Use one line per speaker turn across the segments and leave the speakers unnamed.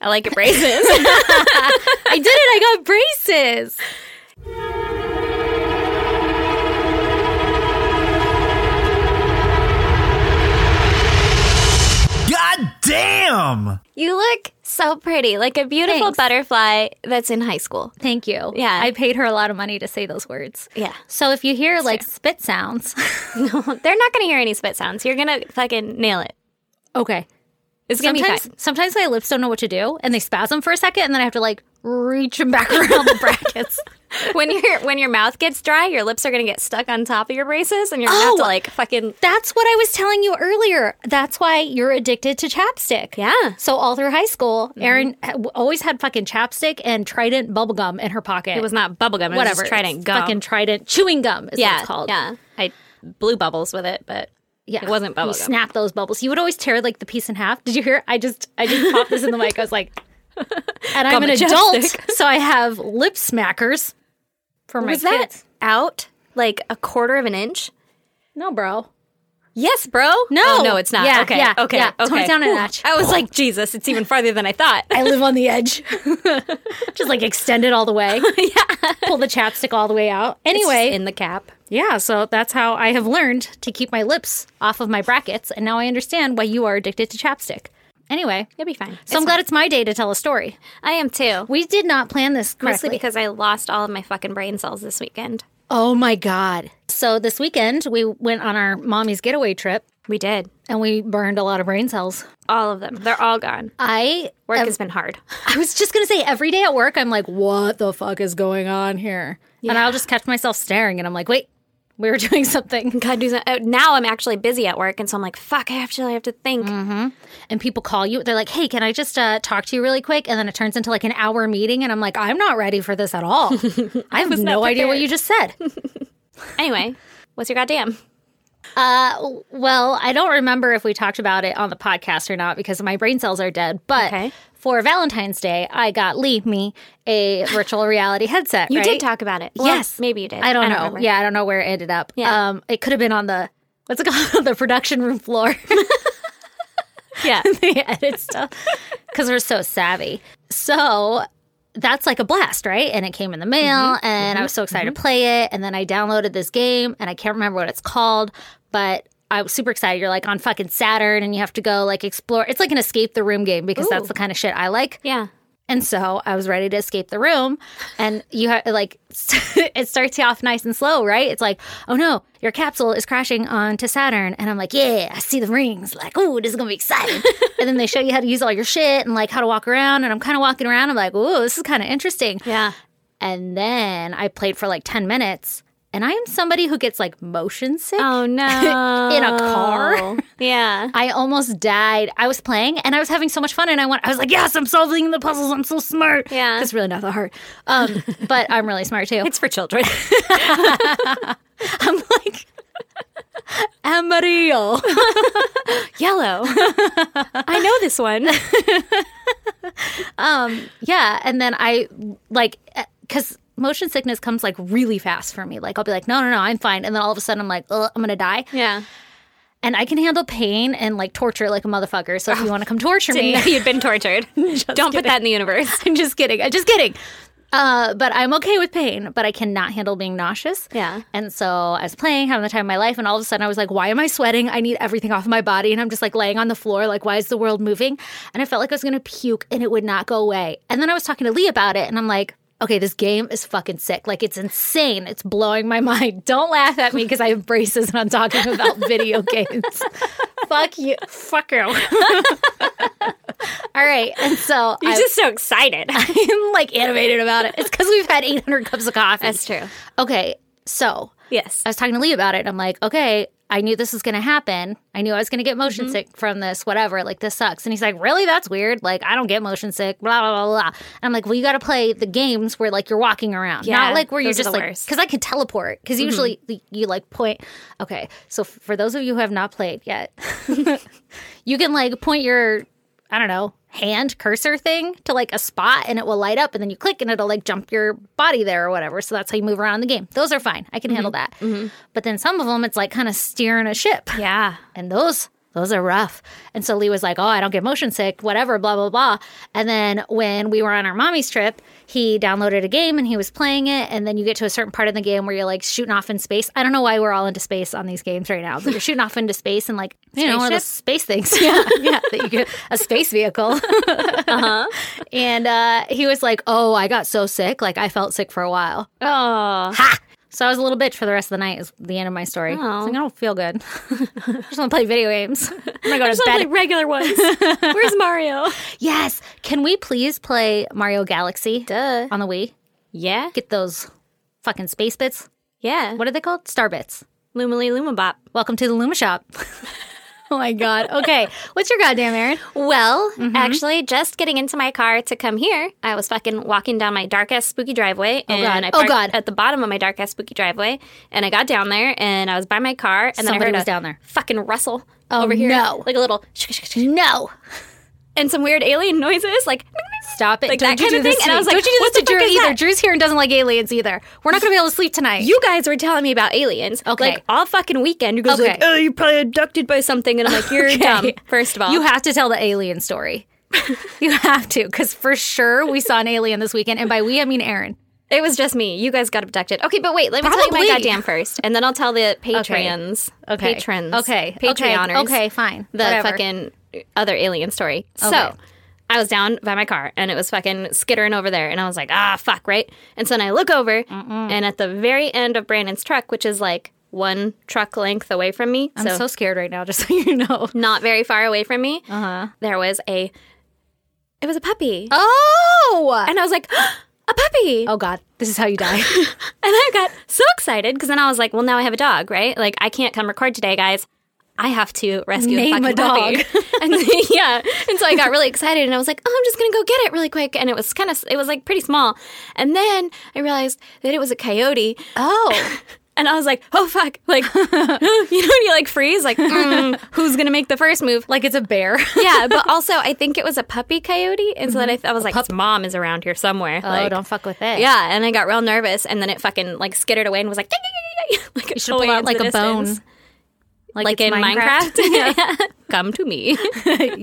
I like your braces.
I did it. I got braces.
God damn!
you look so pretty, like a beautiful
Thanks.
butterfly that's in high school.
Thank you.
Yeah.
I paid her a lot of money to say those words.
Yeah.
So if you hear like spit sounds,
They're not going to hear any spit sounds. You're going to fucking nail it.
okay.
It's going to be
Sometimes,
fine.
sometimes my lips don't know what to do and they spasm for a second and then I have to like reach them back around the brackets.
When your when your mouth gets dry, your lips are going to get stuck on top of your braces, and you're going to have to
Oh.
like fucking
That's what I was telling you earlier. That's why you're addicted to chapstick.
Yeah.
So all through high school, Erin ha- w- always had fucking chapstick and Trident bubble gum in her pocket.
It was not bubble gum. It
whatever.
was just Trident
It's
gum.
Fucking Trident chewing gum is what
yeah,
it's called.
yeah. I blew bubbles with it, but
Yeah.
it wasn't bubble
You
gum.
snap those bubbles. You would always tear like the piece in half. Did you hear? I just I just popped this in the mic. I was like, and I'm
Gum
an
and
adult,
chapstick.
so I have lip smackers for my
was that
kids.
out like a quarter of an inch?
No, bro.
Yes, bro. No, no, it's not.
Yeah,
okay,
yeah,
okay,
yeah.
okay.
Tone it down a
Whew.
notch.
I was like, Jesus, it's even farther than I thought.
I live on the edge. Just like extend it all the way. yeah. Pull the chapstick all the way out. Anyway,
in the cap.
yeah, so that's how I have learned to keep my lips off of my brackets. And now I understand why you are addicted to chapstick. Anyway,
You'll be fine.
so I'm glad it's my day to tell a story.
I am too.
We did not plan this correctly.
Mostly because I lost all of my fucking brain cells this weekend.
oh my God. So this weekend, we went on our mommy's getaway trip
We did.
and we burned a lot of brain cells.
All of them. They're all gone.
I
Work
am-
has been hard.
I was just gonna say every day at work I'm like, what the fuck is going on here? And I'll just catch myself staring and I'm like, wait, we were doing something.
God, do some- oh, now I'm actually busy at work, and so I'm like, fuck, I actually have to think.
And people call you, they're like, hey, can I just uh, talk to you really quick? And then it turns into like an hour meeting and I'm like, I'm not ready for this at all. I have no idea what you just said.
Anyway, what's your goddamn?
Uh, well, I don't remember if we talked about it on the podcast or not because my brain cells are dead, but.
Okay.
For Valentine's Day, I got leave me a virtual reality headset.
You
right?
did talk about it. Well,
Yes.
maybe you did.
I don't, know.
remember.
Yeah, I don't know where it ended up.
Yeah.
Um, it could have been on the what's it called the production room floor.
yeah.
they edit stuff because we're so savvy. So that's like a blast, right? And it came in the mail,
Mm-hmm.
and I was so excited to play it. And then I downloaded this game, and I can't remember what it's called, but. I was super excited. You're like on fucking Saturn and you have to go like explore. It's like an escape the room game because that's the kind of shit I like.
Yeah.
And so I was ready to escape the room, and you ha- like it starts you off nice and slow, right? It's like, oh no, your capsule is crashing onto Saturn, and I'm like, yeah, I see the rings, like, oh, this is gonna be exciting. and then they show you how to use all your shit and like how to walk around, and I'm kind of walking around, I'm like, oh, this is kind of interesting.
Yeah.
And then I played for like ten minutes, and I am somebody who gets like motion sick.
Oh no.
In a car?
Yeah.
I almost died. I was playing and I was having so much fun, and I went. I was like, "Yes, I'm solving the puzzles. I'm so smart."
Yeah.
it's really not that hard, um, but I'm really smart too.
It's for children.
I'm like Amarillo.
Yellow. I know this one.
yeah, and then I like because motion sickness comes like really fast for me. Like I'll be like, "No, no, no, I'm fine," and then all of a sudden I'm like, Ugh, "I'm gonna die,"
Yeah.
and I can handle pain and like torture like a motherfucker. So if you want to come torture
Didn't
me,
know you'd been tortured. Don't put that in the universe.
I'm just kidding. I'm just kidding. Uh, but I'm okay with pain, but I cannot handle being nauseous.
Yeah.
And so I was playing, having the time of my life, and all of a sudden I was like, why am I sweating? I need everything off of my body. And I'm just like laying on the floor, like, why is the world moving? And I felt like I was going to puke and it would not go away. And then I was talking to Lee about it, and I'm like, okay, this game is fucking sick. Like, it's insane. It's blowing my mind. Don't laugh at me because I have braces and I'm talking about video games. Fuck you. Fuck you. all right. And so
You're
I-
just so excited.
I'm like animated about it. It's because we've had 800 cups of coffee.
true.
Okay, so
Yes.
I was talking to Lee about it. And I'm like, okay, I knew this was going to happen. I knew I was going to get motion
Mm-hmm.
sick from this, whatever. Like, this sucks. And he's like, really? That's weird. Like, I don't get motion sick, blah, blah, blah, blah. And I'm like, well, you got to play the games where, like, you're walking around,
Yeah,
not like where you're
those are
just
the
like,
worst. Mm-hmm.
because I can teleport. Because usually you- you, like, point. Okay, so f- for those of you who have not played yet, you can, like, point your, I don't know, hand cursor thing to, like, a spot and it will light up. And then you click and it'll, like, jump your body there or whatever. So that's how you move around in the game. Those are fine. I can handle that. But then some of them, it's like kind of steering a ship.
Yeah.
And those those are rough. And so Lee was like, oh, I don't get motion sick, whatever, blah, blah, blah. And then when we were on our mommy's trip, he downloaded a game and he was playing it. And then you get to a certain part of the game where you're like shooting off in space. I don't know why we're all into space on these games right now, but you're shooting off into space and like, you know, one of those space things. Yeah. yeah. That you get a space vehicle. And uh, he was like, oh, I got so sick. Like, I felt sick for a while.
Oh,
So I was a little bitch for the rest of the night. Is the end of my story. I was like, I don't feel good. I just want to play video games. I'm gonna go to bed.
like regular ones. Where's Mario?
yes. Can we please play Mario Galaxy
Duh.
on the Wii?
Yeah.
Get those fucking space bits.
Yeah.
What are they called? Star bits.
Lumily Lumabop.
Welcome to the Luma Shop. oh my god. Okay. What's your goddamn errand?
Well,
Mm-hmm.
actually, just getting into my car to come here, I was fucking walking down my dark ass spooky driveway, and
God.
I
Oh,
parked
God.
at the bottom of my dark ass spooky driveway, and I got down there, and I was by my car, and
Somebody
then I heard
was
a
down there. Oh,
fucking rustle over here,
no.
like a little
No.
and some weird alien noises, like
Stop it.
Like
Don't
that
you
kind
do
of
this
thing.
to
And I
me.
was like,
Don't you do
what
this to
the
Drew
fuck is
either.
that?
Drew's here and doesn't like aliens either. We're not gonna be able to sleep tonight.
You guys were telling me about aliens,
Okay.
Like all fucking weekend, you guys
Okay.
like, oh, you're probably abducted by something, and I'm like, you're dumb. First of all,
You have to tell the alien story. you have to, because for sure we saw an alien this weekend. And by we, I mean Aaron.
It was just me. You guys got abducted. Okay, but wait, let me tell
Probably.
you my goddamn first, and then I'll tell the patrons,
Okay.
patrons,
Okay.
Patreoners,
Okay. Okay. Fine.
the
Whatever.
fucking other alien story.
Okay.
So I was down by my car, and it was fucking skittering over there, and I was like, ah, fuck, right? And so then I look over, and at the very end of Brandon's truck, which is like one truck length away from me,
I'm so scared right now, just so you know.
not very far away from me, uh-huh. there was a, it was a puppy,
Oh.
and I was like, a puppy.
Oh God, this is how you die.
And I got so excited because then I was like, well, now I have a dog, right? Like, I can't come record today, guys. I have to rescue
Name
a
a
fucking puppy. and yeah. And so I got really excited and I was like, oh, I'm just going to go get it really quick. And it was kind of, it was like pretty small. And then I realized that it was a coyote.
oh.
And I was like, oh, fuck. Like, you know, when you like freeze, like, mm, who's going to make the first move?
Like it's a bear.
Yeah. But also, I think it was a puppy coyote. And so then I, I was like, its mom is around here somewhere.
oh,
like,
don't fuck with it.
yeah, and I got real nervous, and then it fucking like skittered away and was like, like
You should pull out like a bone.
like,
it's
in Minecraft. Come to me.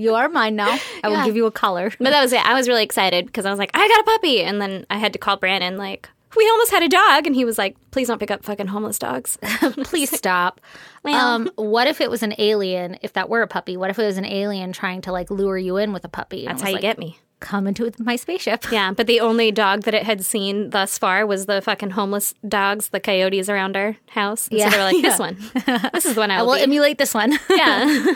you are mine now. I will
Yeah.
give you a collar.
But that was it. I was really excited because I was like, I got a puppy, and then I had to call Brandon like. We almost had a dog, and he was like, "Please don't pick up fucking homeless dogs."
Please stop.
Well.
Um, what if it was an alien? If that were a puppy, what if it was an alien trying to like lure you in with a puppy?
That's how you get me.
come into my spaceship.
Yeah, but the only dog that it had seen thus far was the fucking homeless dogs, the coyotes around our house. And so
Yeah.
they were like, "This one, this is the one I
I
will."
will
be."
emulate this one.
yeah.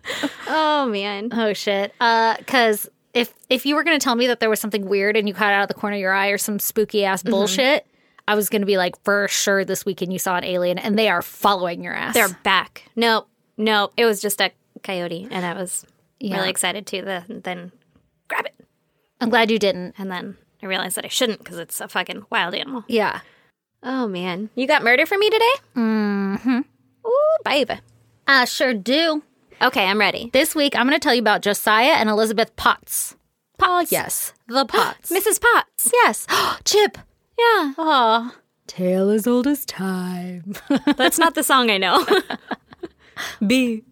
oh man.
oh shit. Because if if you were gonna tell me that there was something weird and you caught it out of the corner of your eye or some spooky ass bullshit, I was gonna be like, for sure, this weekend you saw an alien and they are following your ass.
They're back. Nope. Nope. It was just a coyote. And I was
Yeah.
really excited to the, then grab it.
I'm glad you didn't.
And then I realized that I shouldn't because it's a fucking wild animal.
Yeah.
Oh, man. You got murder for me today? Mm
Mm-hmm.
hmm. Ooh, babe.
I Uh, sure do.
Okay, I'm ready.
This week I'm gonna tell you about Josiah and Elizabeth Potts.
Potts.
Yes. The Potts.
Mrs. Potts.
yes. Chip.
Yeah.
Aw. Tale as old as time.
That's not the song I know.
B.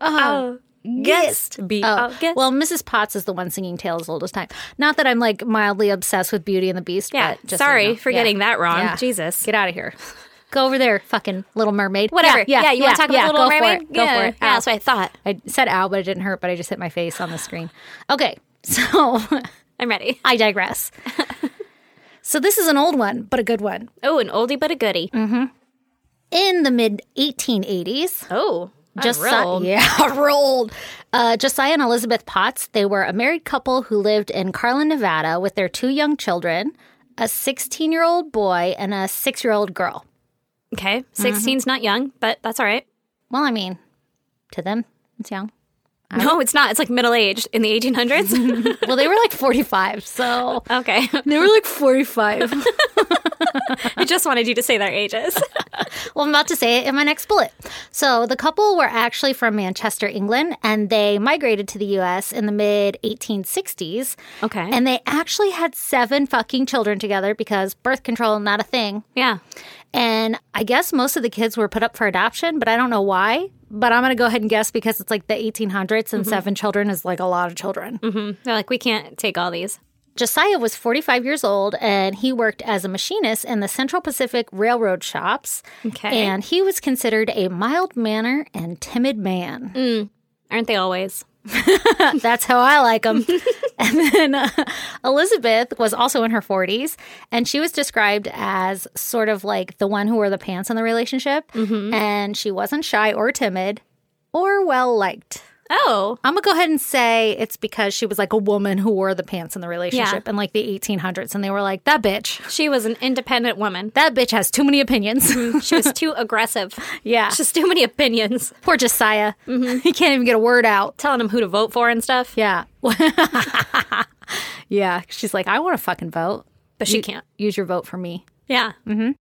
Oh. Guest. Be.
Oh,
Oh, guest.
well, Mrs. Potts is the one singing Tales Old as Time. Not that I'm like mildly obsessed with Beauty and the Beast.
yeah.
but just so
Sorry
you know.
for getting
Yeah.
that wrong.
Yeah.
Jesus.
Get out of here. Go over there, fucking Little Mermaid.
Whatever.
Yeah, yeah,
you want to talk about
yeah,
Little
go
Mermaid?
For it. Go
yeah.
for it. Oh.
Yeah,
Ow.
that's what I thought.
I said ow, but it didn't hurt, but I just hit my face on the screen. Okay, so
I'm ready.
I digress. so this is an old one, but a good one.
Oh, an oldie but a goodie.
Mm. In the mid 1880s,
Oh. I'm
Josi-
real old.
Yeah, rolled. Uh, Josiah and Elizabeth Potts, they were a married couple who lived in Carlin, Nevada with their two young children, a 16 year old boy and a six year old girl.
Okay.
Mm-hmm.
16's not young, but that's all right.
Well, I mean, to them, it's young.
No, it's not. It's like middle aged in the 1800s.
Well, they were like 45, so.
okay.
They were like 45.
I just wanted you to say their ages.
Well, I'm about to say it in my next bullet. So, the couple were actually from Manchester, England, and they migrated to the US in the mid 1860s.
Okay.
And they actually had seven fucking children together because birth control, not a thing.
Yeah.
And I guess most of the kids were put up for adoption, but I don't know why. But I'm going to go ahead and guess because it's like the 1800s and seven children is like a lot of children.
They're like, we can't take all these.
Josiah was 45 years old and he worked as a machinist in the Central Pacific Railroad shops.
Okay.
And he was considered a mild manner and timid man. Uh,
Aren't they always?
That's how I like them. and then uh, Elizabeth was also in her 40s, and she was described as sort of like the one who wore the pants in the relationship. And she wasn't shy or timid or well liked.
Oh,
I'm going to go ahead and say it's because she was like a woman who wore the pants in the relationship in like the 1800s. And they were like, that bitch,
she was an independent woman.
that bitch has too many opinions.
She was too aggressive.
yeah.
Just too many opinions.
Poor Josiah. he can't even get a word out.
Telling them who to vote for and stuff.
Yeah. yeah. She's like, I want to fucking vote.
But she can't.
Use your vote for me.
Yeah.
Mm.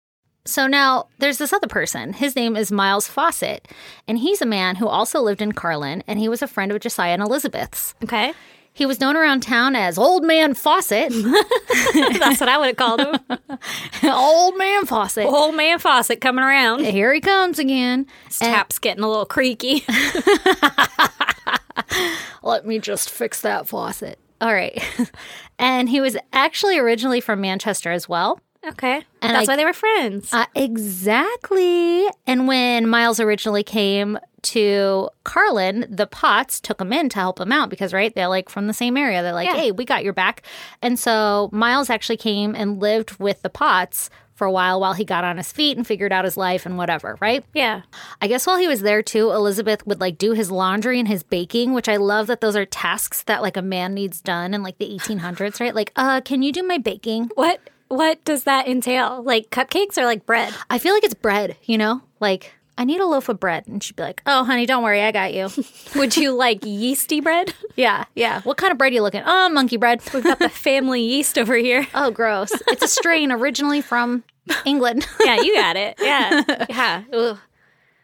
So now there's this other person. His name is Miles Fawcett, and he's a man who also lived in Carlin, and he was a friend of Josiah and Elizabeth's.
Okay.
He was known around town as Old Man Fawcett.
That's what I would have called him.
Old Man Fawcett.
Old man faucet coming around. His
Here he comes again.
tap's getting a little creaky.
Let me just fix that faucet. All right. and he was actually originally from Manchester as well.
Okay.
And
That's
I-
why they were friends.
Uh, exactly. And when Miles originally came to Carlin, the Potts took him in to help him out because, right, they're like from the same area. They're like,
Yeah.
hey, we got your back. And so Miles actually came and lived with the Potts for a while while he got on his feet and figured out his life and whatever, right?
yeah.
I guess while he was there too, Elizabeth would like do his laundry and his baking, which I love that those are tasks that like a man needs done in like the 1800s, right? Like, uh, can you do my baking?
What what does that entail? Like cupcakes or like bread?
I feel like it's bread, you know? Like, I need a loaf of bread. And she'd be like, oh, honey, don't worry. I got you.
Would you like yeasty bread?
yeah, yeah. What kind of bread are you looking? Oh, monkey bread.
We've got the family yeast over here.
oh, gross. It's a strain originally from England.
Yeah, you got it. Yeah. Yeah. Ugh.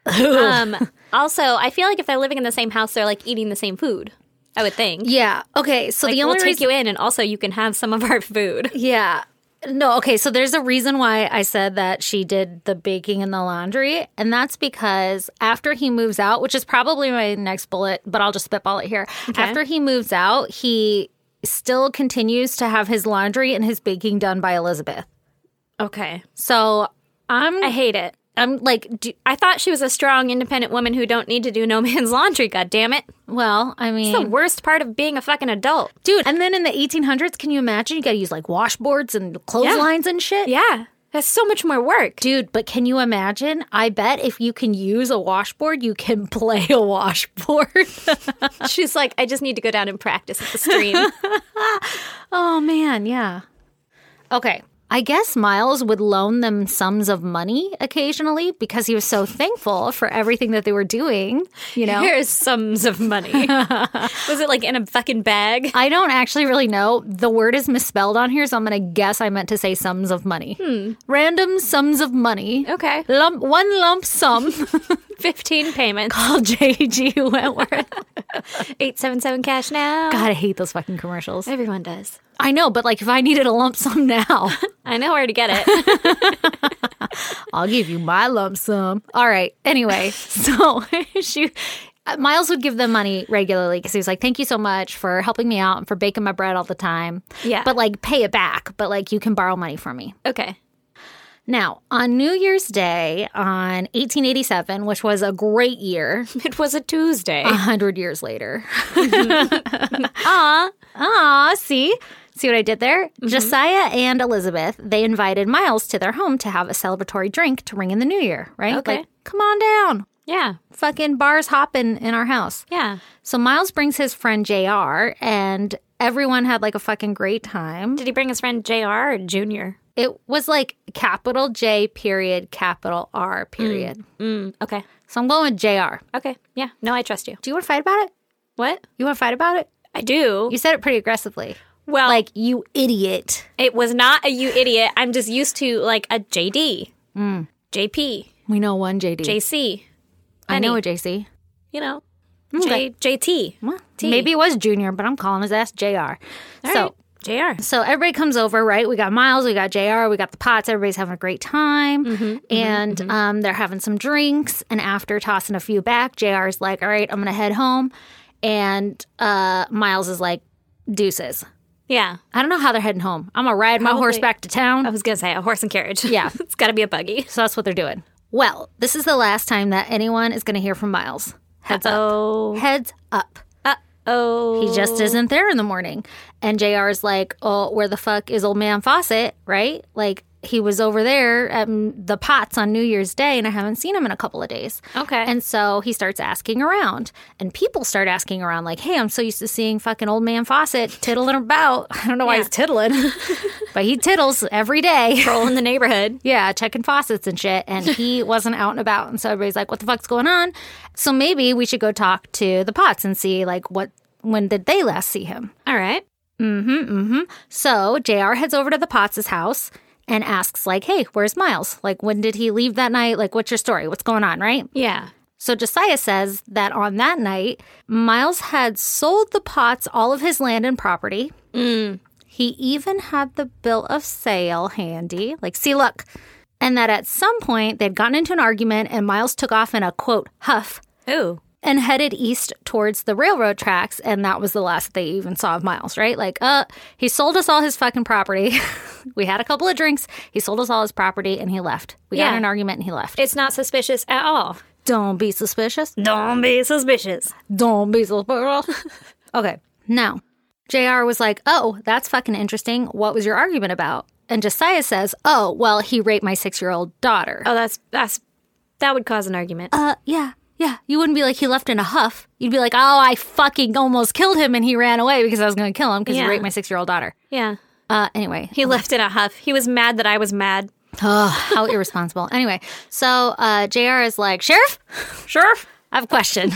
Um also, I feel like if they're living in the same house, they're like eating the same food. I would think.
yeah. Okay. So the
we'll
only
take
reason.
you in and also you can have some of our food.
yeah. No, okay. So there's a reason why I said that she did the baking and the laundry. And that's because after he moves out, which is probably my next bullet, but I'll just spitball it here. After he moves out, he still continues to have his laundry and his baking done by Elizabeth.
Okay.
So I'm
I hate it.
I'm like do,
I thought she was a strong, independent woman who don't need to do no man's laundry, God damn it.
well, I
It's the
mean,
worst part of being a fucking adult.
dude. And then in the 1800s, can you imagine? You got to use like washboards and clotheslines and shit.
Yeah. That's so much more work.
Dude, but can you imagine? I bet if you can use a washboard, you can play a washboard.
She's like, I just need to go down and practice at the stream.
oh man, yeah. Okay. I guess Miles would loan them sums of money occasionally because he was so thankful for everything that they were doing, you know.
Here's sums of money. Was it like in a fucking bag?
I don't actually really know. The word is misspelled on here, so I'm going to guess I meant to say sums of money. Random sums of money.
Hmm. Okay.
Lump, one lump sum
15 payments.
called JG Wentworth.
877 cash now.
God, I hate those fucking commercials.
Everyone does.
I know, but like if I needed a lump sum now,
I know where to get it.
I'll give you my lump sum. All right. Anyway, so she. uh, Miles would give them money regularly because he was like, "Thank you so much for helping me out and for baking my bread all the time."
Yeah.
but like pay it back. But like you can borrow money from me.
okay.
Now, on New Year's Day on 1887, which was a great year,
It was a Tuesday.
100 years later.
Mm-hmm.
Ah, ah, see? See what I did there?
Mm-hmm.
Josiah and Elizabeth, they invited Miles to their home to have a celebratory drink to ring in the new year, right?
Okay.
Like, come on down.
yeah.
Fucking bars hopping in our house.
Yeah.
So Miles brings his friend JR and everyone had like a fucking great time.
Did he bring his friend JR or Junior?
It was like capital J period capital R period.
Mm, okay.
So I'm going with JR.
Okay. Yeah. No, I trust you.
Do you want to fight about it?
What?
You want to fight about it?
I do.
You said it pretty aggressively.
Well,
Like, you idiot. Mm.
It was not a you idiot. I'm just used to like a JD, JP,
We know one JD.
JC.
I know a
Penny.
JC.
You know,
Okay.
J, JT.
Well,
T.
Maybe it was Junior, but I'm calling his ass JR.
All
so,
right, JR.
so everybody comes over, right? We got Miles, we got JR, we got the Pots. Everybody's having a great time. and Um, they're having some drinks. And after tossing a few back, JR is like, all right, I'm going to head home. And uh, Miles is like, deuces.
Yeah.
I don't know how they're heading home. I'm going to ride my horse
Probably-
back to town.
I was going to say a horse and carriage.
Yeah.
it's got to be a buggy.
So that's what they're doing. Well, this is the last time that anyone is going to hear from Miles. Heads
Oh.
up. Heads up.
Oh.
He just isn't there in the morning. And JR is like, oh, where the fuck is old man Fawcett, right? Like, he was over there at mm, the pots on New Year's Day, and I haven't seen him in a couple of days.
Okay.
And so he starts asking around, and people start asking around, like, hey, I'm so used to seeing fucking old man Fawcett tittling about. I don't know why
Yeah.
he's tittling, but he tittles every day.
roll in the neighborhood.
Yeah, checking faucets and shit. And he wasn't out and about. And so everybody's like, what the fuck's going on? So maybe we should go talk to the Pots and see, like, what, when did they last see him?
All right.
So JR heads over to the Potts' house and asks, like, hey, where's Miles? Like, when did he leave that night? Like, what's your story? What's going on, right?
Yeah.
So Josiah says that on that night, Miles had sold the Potts all of his land and property. He even had the bill of sale handy. Like, see, look. And that at some point they'd gotten into an argument and Miles took off in a quote huff
Ooh.
and headed east towards the railroad tracks. And that was the last they even saw of Miles, right? Like, uh, he sold us all his fucking property. we had a couple of drinks. He sold us all his property and he left. We got
Yeah.
in an argument and he left.
It's not suspicious at all.
Don't be suspicious.
Don't be suspicious.
Don't be so brutal. okay, now JR was like, Oh, that's fucking interesting. What was your argument about? And Josiah says, Oh, well, he raped my six year old daughter.
Oh, that's that's that would cause an argument.
Uh, yeah, yeah. You wouldn't be like, He left in a huff. You'd be like, Oh, I fucking almost killed him and he ran away because I was going to kill him because
Yeah.
he raped my six year old daughter.
yeah.
Uh, anyway,
He left in a huff. He was mad that I was mad.
Ugh, how irresponsible. Anyway, so uh, JR is like, Sheriff, Sheriff, I have a question.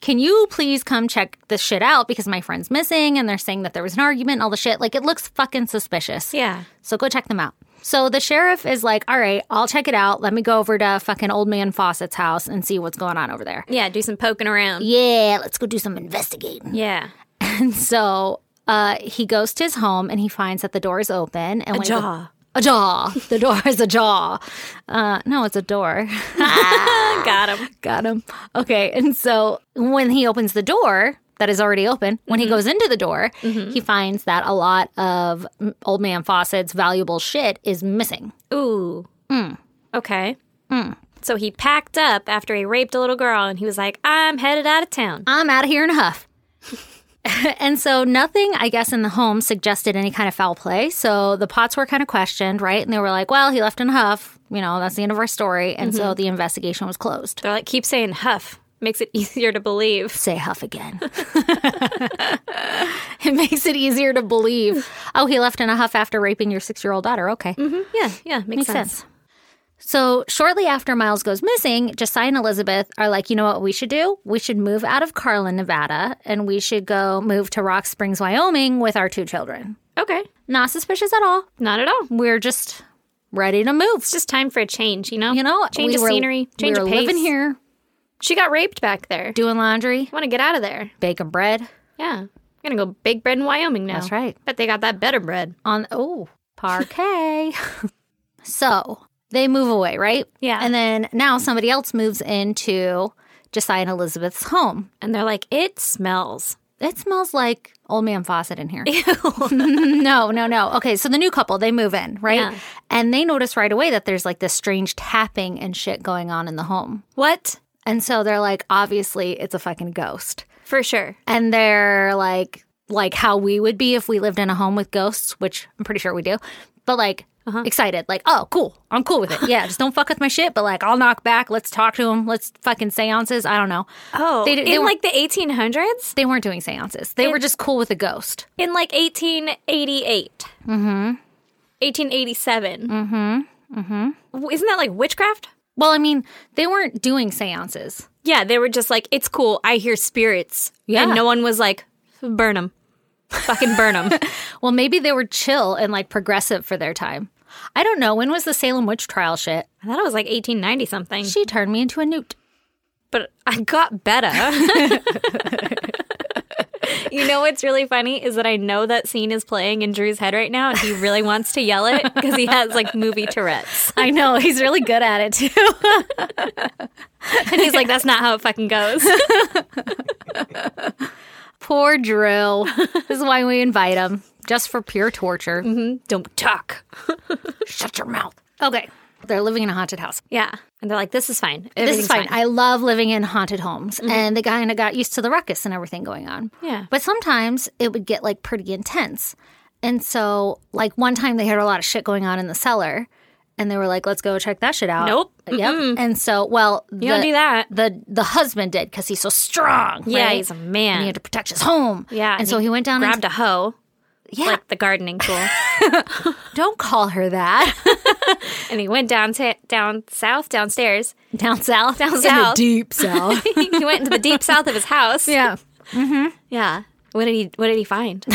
Can you please come check this shit out? Because my friend's missing and they're saying that there was an argument and all the shit. Like, it looks fucking suspicious.
Yeah.
So go check them out. So the sheriff is like, All right, I'll check it out. Let me go over to fucking old man Fawcett's house and see what's going on over there.
Yeah, do some poking around.
Yeah, let's go do some investigating.
Yeah.
And so uh, he goes to his home and he finds that the door is open. And when he go-
jaw.
a jaw. The door is a jaw. Uh, no, it's a door.
Got him.
Got him. Okay. And so when he opens the door that is already open, when he goes into the door, he finds that a lot of m- old man Fawcett's valuable shit is missing.
Ooh. Okay. So he packed up after he raped a little girl and he was like, I'm headed out of town.
I'm out of here in a huff. and so nothing, I guess, in the home suggested any kind of foul play. So the pots were kind of questioned, right? And they were like, well, he left in a huff. You know, that's the end of our story. And so the investigation was closed.
They're like, keep saying huff. Makes it easier to believe.
say huff again. it makes it easier to believe. Oh, he left in a huff after raping your six year old daughter. Okay.
Yeah, yeah, makes,
Makes
sense.
sense. So, shortly after Miles goes missing, Josiah and Elizabeth are like, you know what we should do? We should move out of Carlin, Nevada, and we should go move to Rock Springs, Wyoming with our two children.
Okay.
Not suspicious at all.
Not at all.
We're just ready to move.
It's just time for a change, you know?
You know,
change
we
of
were-
scenery, change
we were
of pace.
living here,
She got raped back there. Do
doing laundry,
you want to get out of there?
baking bread.
Yeah. We're going to go bake bread in Wyoming now.
That's right.
Bet they got that better bread.
on oh parquet. so they move away, right?
Yeah.
And then now somebody else moves into Josiah and Elizabeth's home.
And they're like, it smells.
It smells like old man faucet in here. no, no, no. Okay, so the new couple they move in, right?
Yeah.
And they notice right away that there's like this strange tapping and shit going on in the home.
What?
And so they're like, obviously, it's a fucking ghost.
For sure.
and they're like like how we would be if we lived in a home with ghosts, which I'm pretty sure we do. But like
Uh-huh.
excited, like oh cool, I'm cool with it. Yeah, just don't fuck with my shit. But like I'll knock back. Let's talk to them. Let's fucking seances. I don't know.
Oh,
They- they
in
were-
like the 1800s?
They weren't doing seances. They were just cool with a ghost.
In like 1888. Mm-hmm. 1887. Mm-hmm. Mm-hmm. Isn't that like witchcraft?
Well, I mean, they weren't doing seances.
Yeah, they were just like, it's cool. I hear spirits.
Yeah.
And no one was like, burn them. Fucking burn them.
Well, maybe they were chill and like progressive for their time. I don't know. When was the Salem witch trial shit?
I thought it was like 1890 something,
She turned me into a newt.
but I got better. you know what's really funny is that I know that scene is playing in Drew's head right now, and he really wants to yell it because he has like movie Tourette's.
I know. He's really good at it, too.
And he's like, that's not how it fucking goes.
Poor Drew. This is why we invite him, just for pure torture.
Don't talk.
Shut your mouth. Okay. They're living in a haunted house.
Yeah. And they're like, this is fine.
This is
Everything's
fine. I love living in haunted homes. And the guy and I got used to the ruckus and everything going on.
Yeah.
But sometimes it would get like pretty intense. And so, like, one time they had a lot of shit going on in the cellar. And they were like, let's go check that shit out.
Nope.
Yep. And so, well,
You don't do that.
The, the husband did because he's so strong.
Yeah,
right?
he's a
And he
man.
had to protect his home.
Yeah,
And,
and
so he went down
Grabbed
and
a hoe,
yeah,
like the gardening tool.
don't call her that.
and he went down ta- down south downstairs.
down south. Down
south.
deep south.
he went into the deep south of his house.
yeah.
Yeah. What did he What did he find?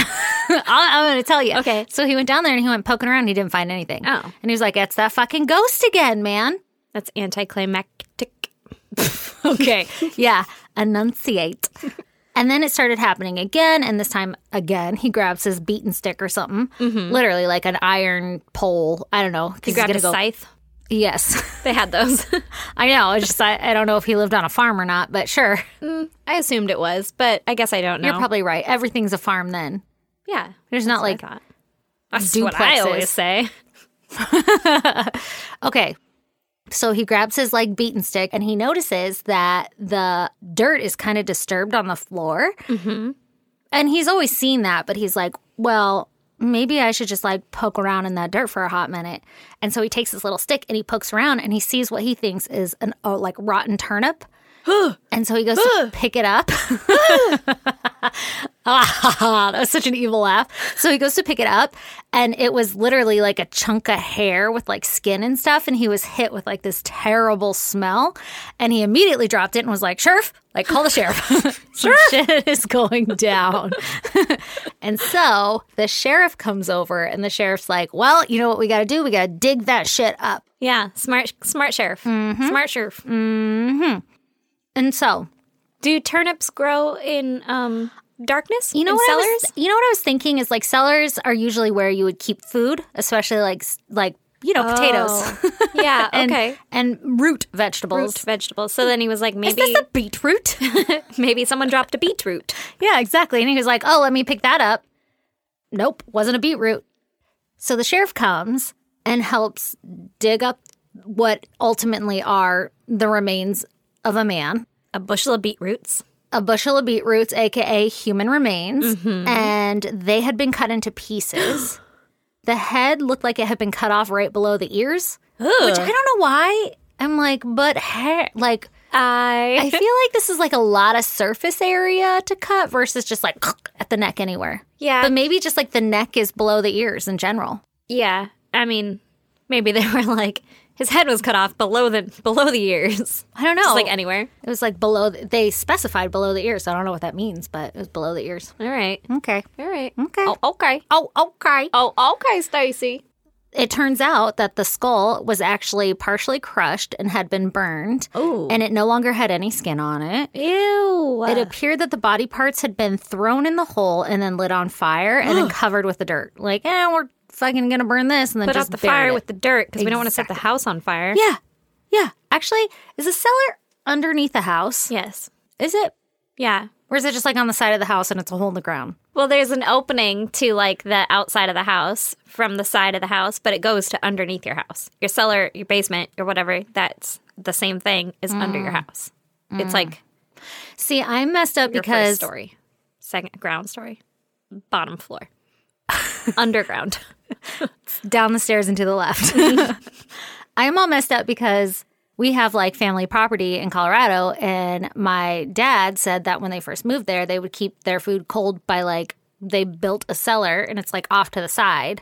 i am going to tell you.
Okay.
So he went down there and he went poking around. He didn't find anything.
Oh.
And he was like, it's that fucking ghost again, man.
That's anticlimactic.
Okay. yeah. Enunciate. And then it started happening again. And this time, again, he grabs his beaten stick or something. Literally like an iron pole. I don't know. 'cause
Mm-hmm. He
he's
grabbed
gonna
a
go-
scythe.
Yes.
They had those.
I know. I just, I, I don't know if he lived on a farm or not, but sure.
I assumed it was, but I guess I don't know.
You're probably right. Everything's a farm then.
yeah.
There's not
That's
like
what I thought. That's what I
duplexes.
always say.
Okay. So he grabs his like beaten stick and he notices that the dirt is kind of disturbed on the floor. Mm-hmm. And he's always seen that, but he's like, well, maybe I should just like poke around in that dirt for a hot minute. And so he takes his little stick and he pokes around and he sees what he thinks is an oh, like rotten turnip. and so he goes to pick it up. Ah, that was such an evil laugh. So he goes to pick it up, and it was literally like a chunk of hair with like skin and stuff. And he was hit with like this terrible smell, and he immediately dropped it and was like, "Sheriff, like call the sheriff. Some shit is going down." and so the sheriff comes over, and the sheriff's like, "Well, you know what we got to do? We got to dig that shit up."
Yeah. Smart smart sheriff.
Mm-hmm.
Smart sheriff.
Mm. And so
Do turnips grow in um darkness?
You know
in
what
cellars?
I was, you know what I was thinking is like cellars are usually where you would keep food, especially like s- like you know
Oh.
potatoes
yeah.
and
Okay.
and root vegetables.
Root vegetables. So then he was like,
Is
maybe
this a beetroot?
maybe someone dropped a beetroot.
yeah, exactly. And he was like, "Oh, let me pick that up." Nope, wasn't a beetroot. So the sheriff comes and helps dig up what ultimately are the remains of a man.
A bushel of beetroots.
a bushel of beetroots, aka human remains, and they had been cut into pieces. the head looked like it had been cut off right below the ears, which I don't know why. I'm like, but hair, like. I
I
feel like this is like a lot of surface area to cut versus just like at the neck anywhere.
Yeah.
But maybe just like the neck is below the ears in general.
yeah. I mean, maybe they were like his head was cut off below the below the ears.
I don't know.
Just like anywhere.
it was like below, the, they specified below the ears. I don't know what that means, but it was below the ears.
All right.
Okay.
All right.
Okay.
Oh, okay.
Oh, okay.
Oh, okay, Stacy.
it turns out that the skull was actually partially crushed and had been burned.
Ooh.
And it no longer had any skin on it.
Ew.
It appeared that the body parts had been thrown in the hole and then lit on fire and then covered with the dirt. Like, eh, we're fucking gonna burn this and then
Put out
just
the fire
buried it.
with the dirt because we don't want to set the house on fire.
yeah, yeah. Actually, is the cellar underneath the house?
Yes.
Is it,
Yeah.
or is it just like on the side of the house and it's a hole in the ground?
Well, there's an opening to like the outside of the house from the side of the house, but it goes to underneath your house. Your cellar, your basement, your whatever, that's the same thing is under your
Mm.
house. It's like
See, I messed up
your
because
first story, second ground story, bottom floor, underground.
down the stairs and to the left. I am all messed up because we have like family property in Colorado, and my dad said that when they first moved there, they would keep their food cold by like they built a cellar and it's like off to the side.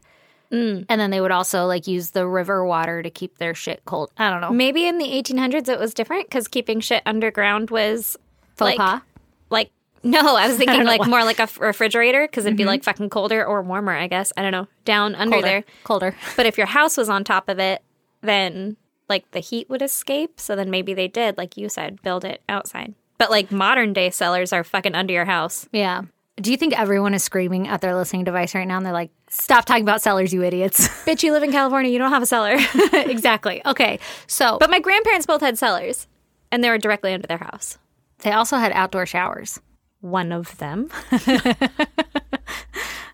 Mm.
And then they would also like use the river water to keep their shit cold. I don't know.
Maybe in the 1800s it was different because keeping shit underground was
Faux
like,
pas.
like No, I was thinking
know
like
why.
more like a f- refrigerator because it'd be like fucking colder or warmer, I guess. I don't know. Down under there.
colder.
But if your house was on top of it, then like the heat would escape. So then maybe they did, like you said, build it outside. But like modern day cellars are fucking under your house.
Yeah. Do you think everyone is screaming at their listening device right now and they're like, stop talking about cellars, you idiots?
Bitch, you live in California, you don't have a cellar.
exactly. Okay. So,
but my grandparents both had cellars and they were directly under their house.
they also had outdoor showers.
One of them.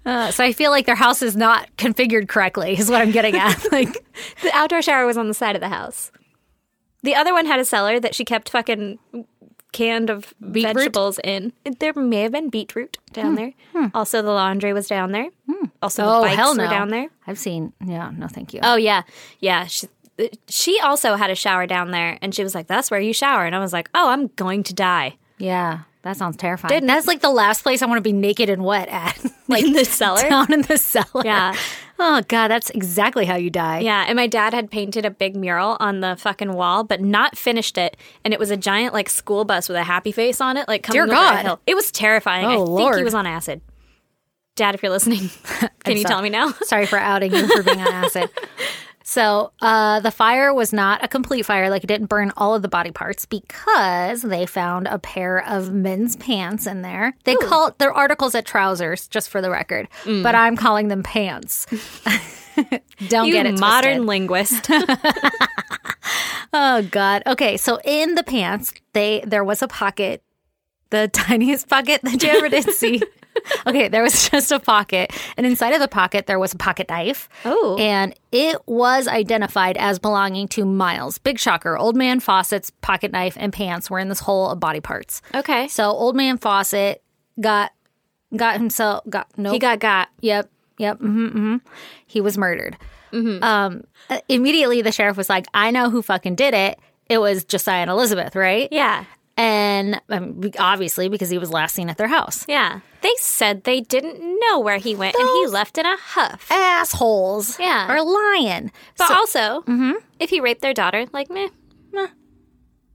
Uh, so I feel like their house is not configured correctly, is what I'm getting at. like,
The outdoor shower was on the side of the house. The other one had a cellar that she kept fucking canned of
Beetroot?
vegetables in. There may have been beetroot down there. Also, the laundry was down there. Also,
Oh,
the bikes were down there.
I've seen, yeah, no, thank you.
Oh yeah, yeah. She, uh, she also had a shower down there, and she was like, "That's where you shower." And I was like, "Oh, I'm going to die
yeah. That sounds terrifying.
Didn't-
That's like the last place I want to be naked and wet at.
like in the cellar."
down in the cellar.
Yeah.
Oh, God, that's exactly how you die.
Yeah, and my dad had painted a big mural on the fucking wall, but not finished it, and it was a giant like school bus with a happy face on it, like coming
Dear
over
God.
a hill. It was terrifying. I
Oh,
think
Lord.
he was on acid. Dad, if you're listening, can you
so-
tell me now?
Sorry for outing you for being on acid. So uh, the fire was not a complete fire; like it didn't burn all of the body parts because they found a pair of men's pants in there. They call their articles at trousers, just for the record, but I'm calling them pants. Don't
Mm. you
get it
modern
twisted.
linguist.
Oh God. Okay, so in the pants, they there was a pocket, the tiniest pocket that you ever did see. Okay, there was just a pocket, and inside of the pocket there was a pocket knife.
Oh.
and it was identified as belonging to Miles. Big shocker. Old man Fawcett's pocket knife and pants were in this hole of body parts.
okay,
So old man Fawcett got got himself got no
he got got.
Yep. Yep. hmm hmm He was murdered. Um, uh, immediately, the sheriff was like, I know who fucking did it. It was Josiah and Elizabeth, right?
Yeah,
And um, be- obviously, because he was last seen at their house.
yeah. They said they didn't know where he went, and he left in a huff.
Assholes.
Yeah.
Are lying.
But
So-
also,
Mm-hmm.
if he raped their daughter, like meh, meh,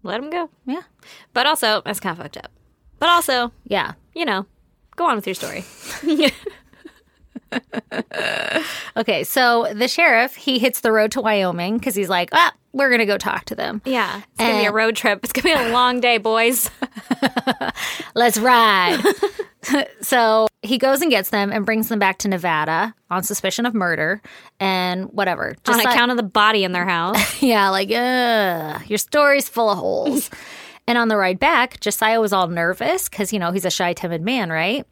let him go.
yeah.
But also, that's kind of fucked up. But also,
Yeah.
you know, go on with your story.
Okay. So the sheriff, he hits the road to Wyoming because he's like, ah, we're going to go talk to them.
Yeah. It's going to be a
And-
road trip. It's going to be a long day, boys.
Let's ride. so he goes and gets them and brings them back to Nevada on suspicion of murder and whatever.
on
like-
account of the body in their house.
Yeah, like, ugh, your story's full of holes. and on the ride back, Josiah was all nervous because, you know, he's a shy, timid man, right?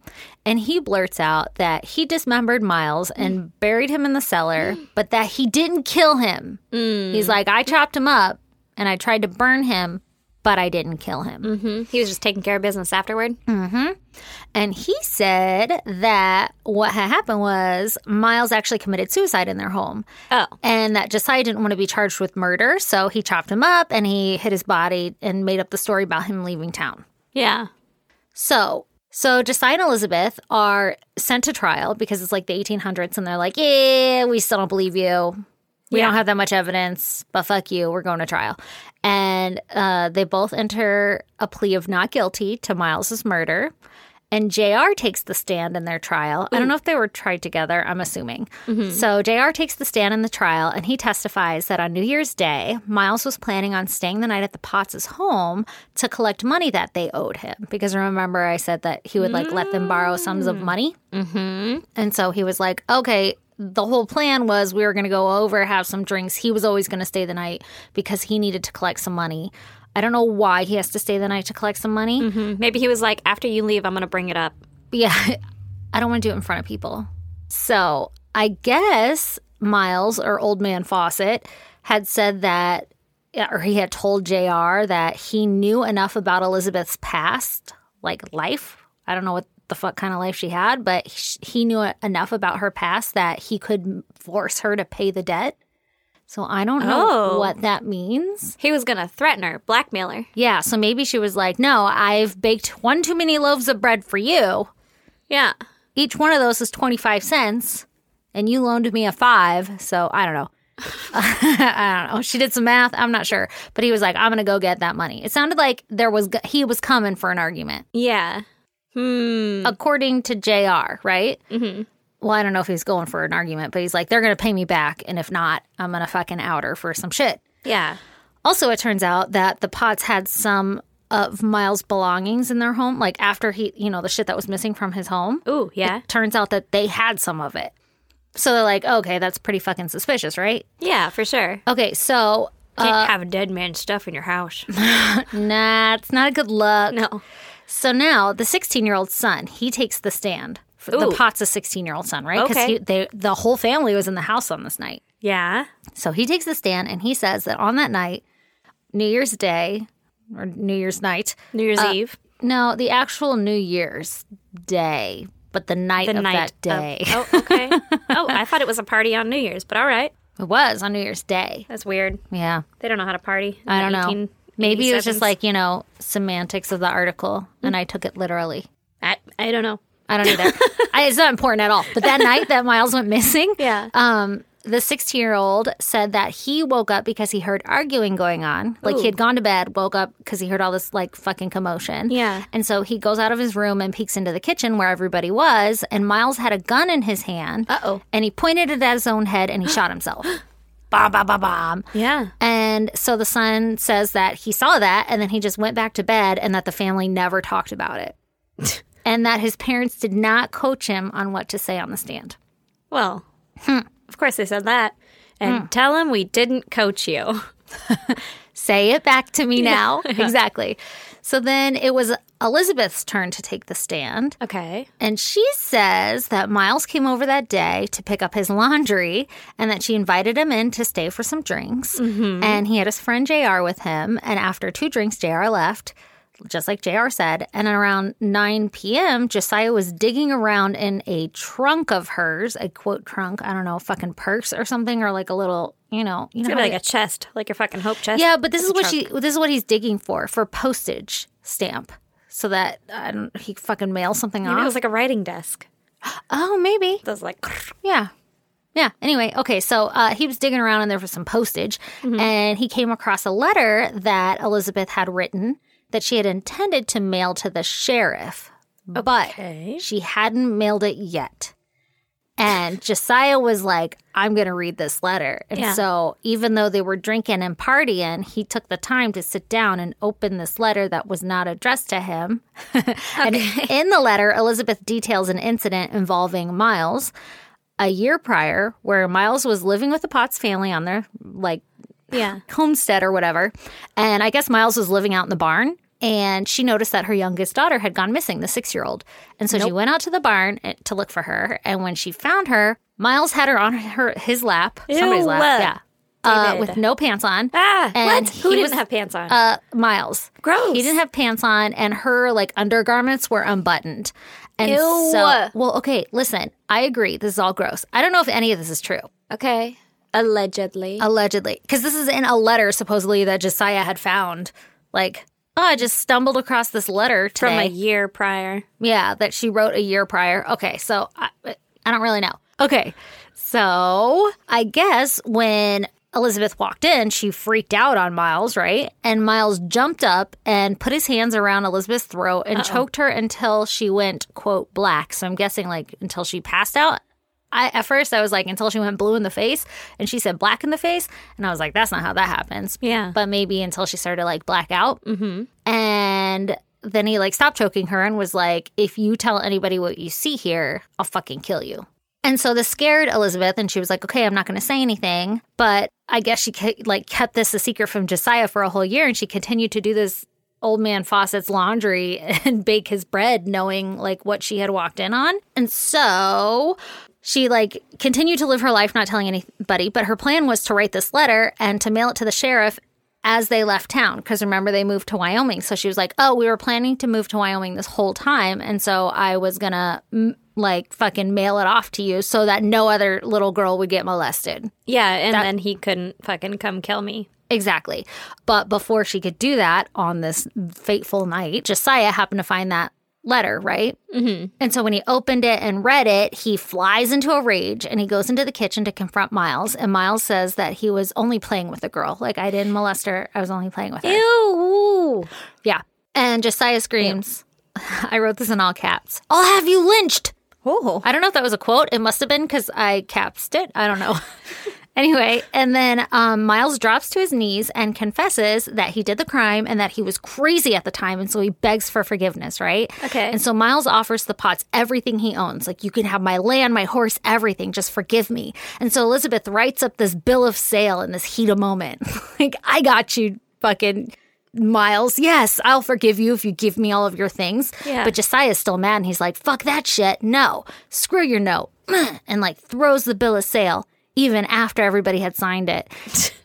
And he blurts out that he dismembered Miles and buried him in the cellar, but that he didn't kill him. He's like, I chopped him up and I tried to burn him, but I didn't kill him.
he was just taking care of business afterward.
And he said that what had happened was Miles actually committed suicide in their home.
Oh.
And that Josiah didn't want to be charged with murder, so he chopped him up and he hid his body and made up the story about him leaving town.
Yeah.
So, so Josiah and Elizabeth are sent to trial because it's like the 1800s and they're like, yeah, we still don't believe you. We
Yeah.
don't have that much evidence, but fuck you, we're going to trial. And uh, they both enter a plea of not guilty to Miles's murder. And JR takes the stand in their trial. I don't know if they were tried together, I'm assuming. So JR takes the stand in the trial and he testifies that on New Year's Day, Miles was planning on staying the night at the Potts' home to collect money that they owed him. Because remember, I said that he would like let them borrow sums of money. And so he was like, okay, the whole plan was we were going to go over, have some drinks. He was always going to stay the night because he needed to collect some money. I don't know why he has to stay the night to collect some money.
Maybe he was like, after you leave, I'm going to bring it up.
But yeah, I don't want to do it in front of people. So I guess Miles or Old Man Fawcett had said that, or he had told JR that he knew enough about Elizabeth's past, like life. I don't know what the fuck kind of life she had, but sh- he knew enough about her past that he could force her to pay the debt. So I don't know
Oh.
what that means.
He was going to threaten her, blackmail her.
Yeah, so maybe she was like, "No, I've baked one too many loaves of bread for you."
Yeah.
each one of those is 25 cents and you loaned me a five so i don't know i don't know she did some math i'm not sure but he was like i'm gonna go get that money it sounded like there was he was coming for an argument
Yeah.
according to JR, right? Mm-hmm. Well, I don't know if he's going for an argument, but he's like, they're going to pay me back. And if not, I'm going to fucking out her for some shit.
Yeah.
Also, it turns out that the Potts had some of Miles' belongings in their home, like after he, you know, the shit that was missing from his home.
Ooh, yeah.
Turns out that they had some of it. So they're like, okay, that's pretty fucking suspicious, right?
Yeah, for sure.
Okay, so uh,
Can't have a dead man's stuff in your house.
nah, it's not a good look.
no.
So now the 16 year old son, he takes the stand. For the
Ooh.
Potts' 16 year old son, right?
Okay.
he- they, the whole family was in the house on this night.
Yeah.
So he takes the stand and he says that on that night, New Year's Day or New Year's night,
New Year's Eve.
no, the actual New Year's Day, but the night
The
of
night.
that day.
Of, oh, okay. oh, I thought it was a party on New Year's, but all right.
it was on New Year's Day.
That's weird.
Yeah.
They don't know how to party. in
I
the
don't know.
18
Maybe it was just
87s.
like, you know, semantics of the article, and I took it literally.
I, I don't know.
I don't either. I, it's not important at all. But that night that Miles went missing,
Yeah.
um, the 16 year old said that he woke up because he heard arguing going on. Like he had gone to bed, woke up because he heard all this like fucking commotion.
Yeah.
And so he goes out of his room and peeks into the kitchen where everybody was. And Miles had a gun in his hand.
Uh-oh.
And he pointed it at his own head and he shot himself. Bomb, bomb, bomb, bomb.
Yeah.
And so the son says that he saw that and then he just went back to bed and that the family never talked about it. and that his parents did not coach him on what to say on the stand.
Well,
Hmm.
of course they said that. And tell him we didn't coach you.
Say it back to me now. Exactly. So then it was Elizabeth's turn to take the stand.
Okay.
And she says that Miles came over that day to pick up his laundry and that she invited him in to stay for some drinks.
Mm-hmm.
And he had his friend JR with him. And after two drinks, JR left, just like JR said. And around 9 p.m., Josiah was digging around in a trunk of hers, a quote trunk, I don't know, fucking purse or something, or like a little, you know, you
It's
know, how
gonna be
they-
like a chest, like your fucking hope chest.
yeah, but this is
It's a
what she. This is what he's digging for for postage stamp, so that I don't. He fucking mails something
Maybe it
off.
was like a writing desk.
oh, maybe.
Those like
Yeah. Yeah. Anyway, okay. So uh, he was digging around in there for some postage, and he came across a letter that Elizabeth had written that she had intended to mail to the sheriff, but
Okay.
she hadn't mailed it yet. And Josiah was like, I'm going to read this letter. And
Yeah.
so, even though they were drinking and partying, he took the time to sit down and open this letter that was not addressed to him. and in the letter, Elizabeth details an incident involving Miles a year prior where Miles was living with the Potts family on their like
Yeah.
homestead or whatever. And I guess Miles was living out in the barn. And she noticed that her youngest daughter had gone missing, the six year old. And so she went out to the barn eh, to look for her. And when she found her, Miles had her on her his lap, somebody's
Ew.
lap, yeah, uh,
David.
with no pants on.
Ah,
And
what? Who
he
didn't
was-
have pants on?
Uh, Miles,
Gross.
He didn't have pants on, and her like undergarments were unbuttoned. And
Ew.
so, well, okay, listen, I agree. This is all gross. I don't know if any of this is true
okay. Allegedly.
allegedly because this is in a letter supposedly that josiah had found like oh i just stumbled across this letter
From a
today
year prior.
yeah that she wrote a year prior okay so I, I don't really know okay so i guess when elizabeth walked in she freaked out on miles right and miles jumped up and put his hands around elizabeth's throat and choked her until she went quote black so i'm guessing like until she passed out I at first I was like until she went blue in the face and she said black in the face and I was like that's not how that happens.
Yeah.
But maybe until she started like black out. Mm-hmm. And then he like stopped choking her and was like, if you tell anybody what you see here, I'll fucking kill you. And so this scared Elizabeth, and she was like, "Okay, I'm not going to say anything." But I guess she ke- like kept this a secret from Josiah for a whole year, and she continued to do this old man Fawcett's laundry and bake his bread, knowing like what she had walked in on. And so she like continued to live her life, not telling anybody. But her plan was to write this letter and to mail it to the sheriff as they left town because remember they moved to Wyoming. So she was like, "Oh, we were planning to move to Wyoming this whole time, and so I was gonna mm, like fucking mail it off to you so that no other little girl would get molested."
Yeah, and then he couldn't fucking come kill me.
Exactly. But before she could do that on this fateful night, Josiah happened to find that letter, right? Mm-hmm. And so when he opened it and read it, he flies into a rage and he goes into the kitchen to confront Miles. And Miles says that he was only playing with the girl. Like, I didn't molest her. I was only playing with her.
Ew.
Yeah. And Josiah screams, I wrote this in all caps. I'll have you lynched.
Oh.
I don't know if that was a quote. It must have been because I capsed it. I don't know. anyway, and then um, Miles drops to his knees and confesses that he did the crime and that he was crazy at the time. And so he begs for forgiveness, right?
Okay.
And so Miles offers the Potts everything he owns. Like, you can have my land, my horse, everything. Just forgive me. And so Elizabeth writes up this bill of sale in this heat of moment. like, I got you, fucking. Miles, yes, I'll forgive you if you give me all of your things.
Yeah.
But Josiah's still mad and he's like, fuck that shit. No, screw your note. And like throws the bill of sale even after everybody had signed it.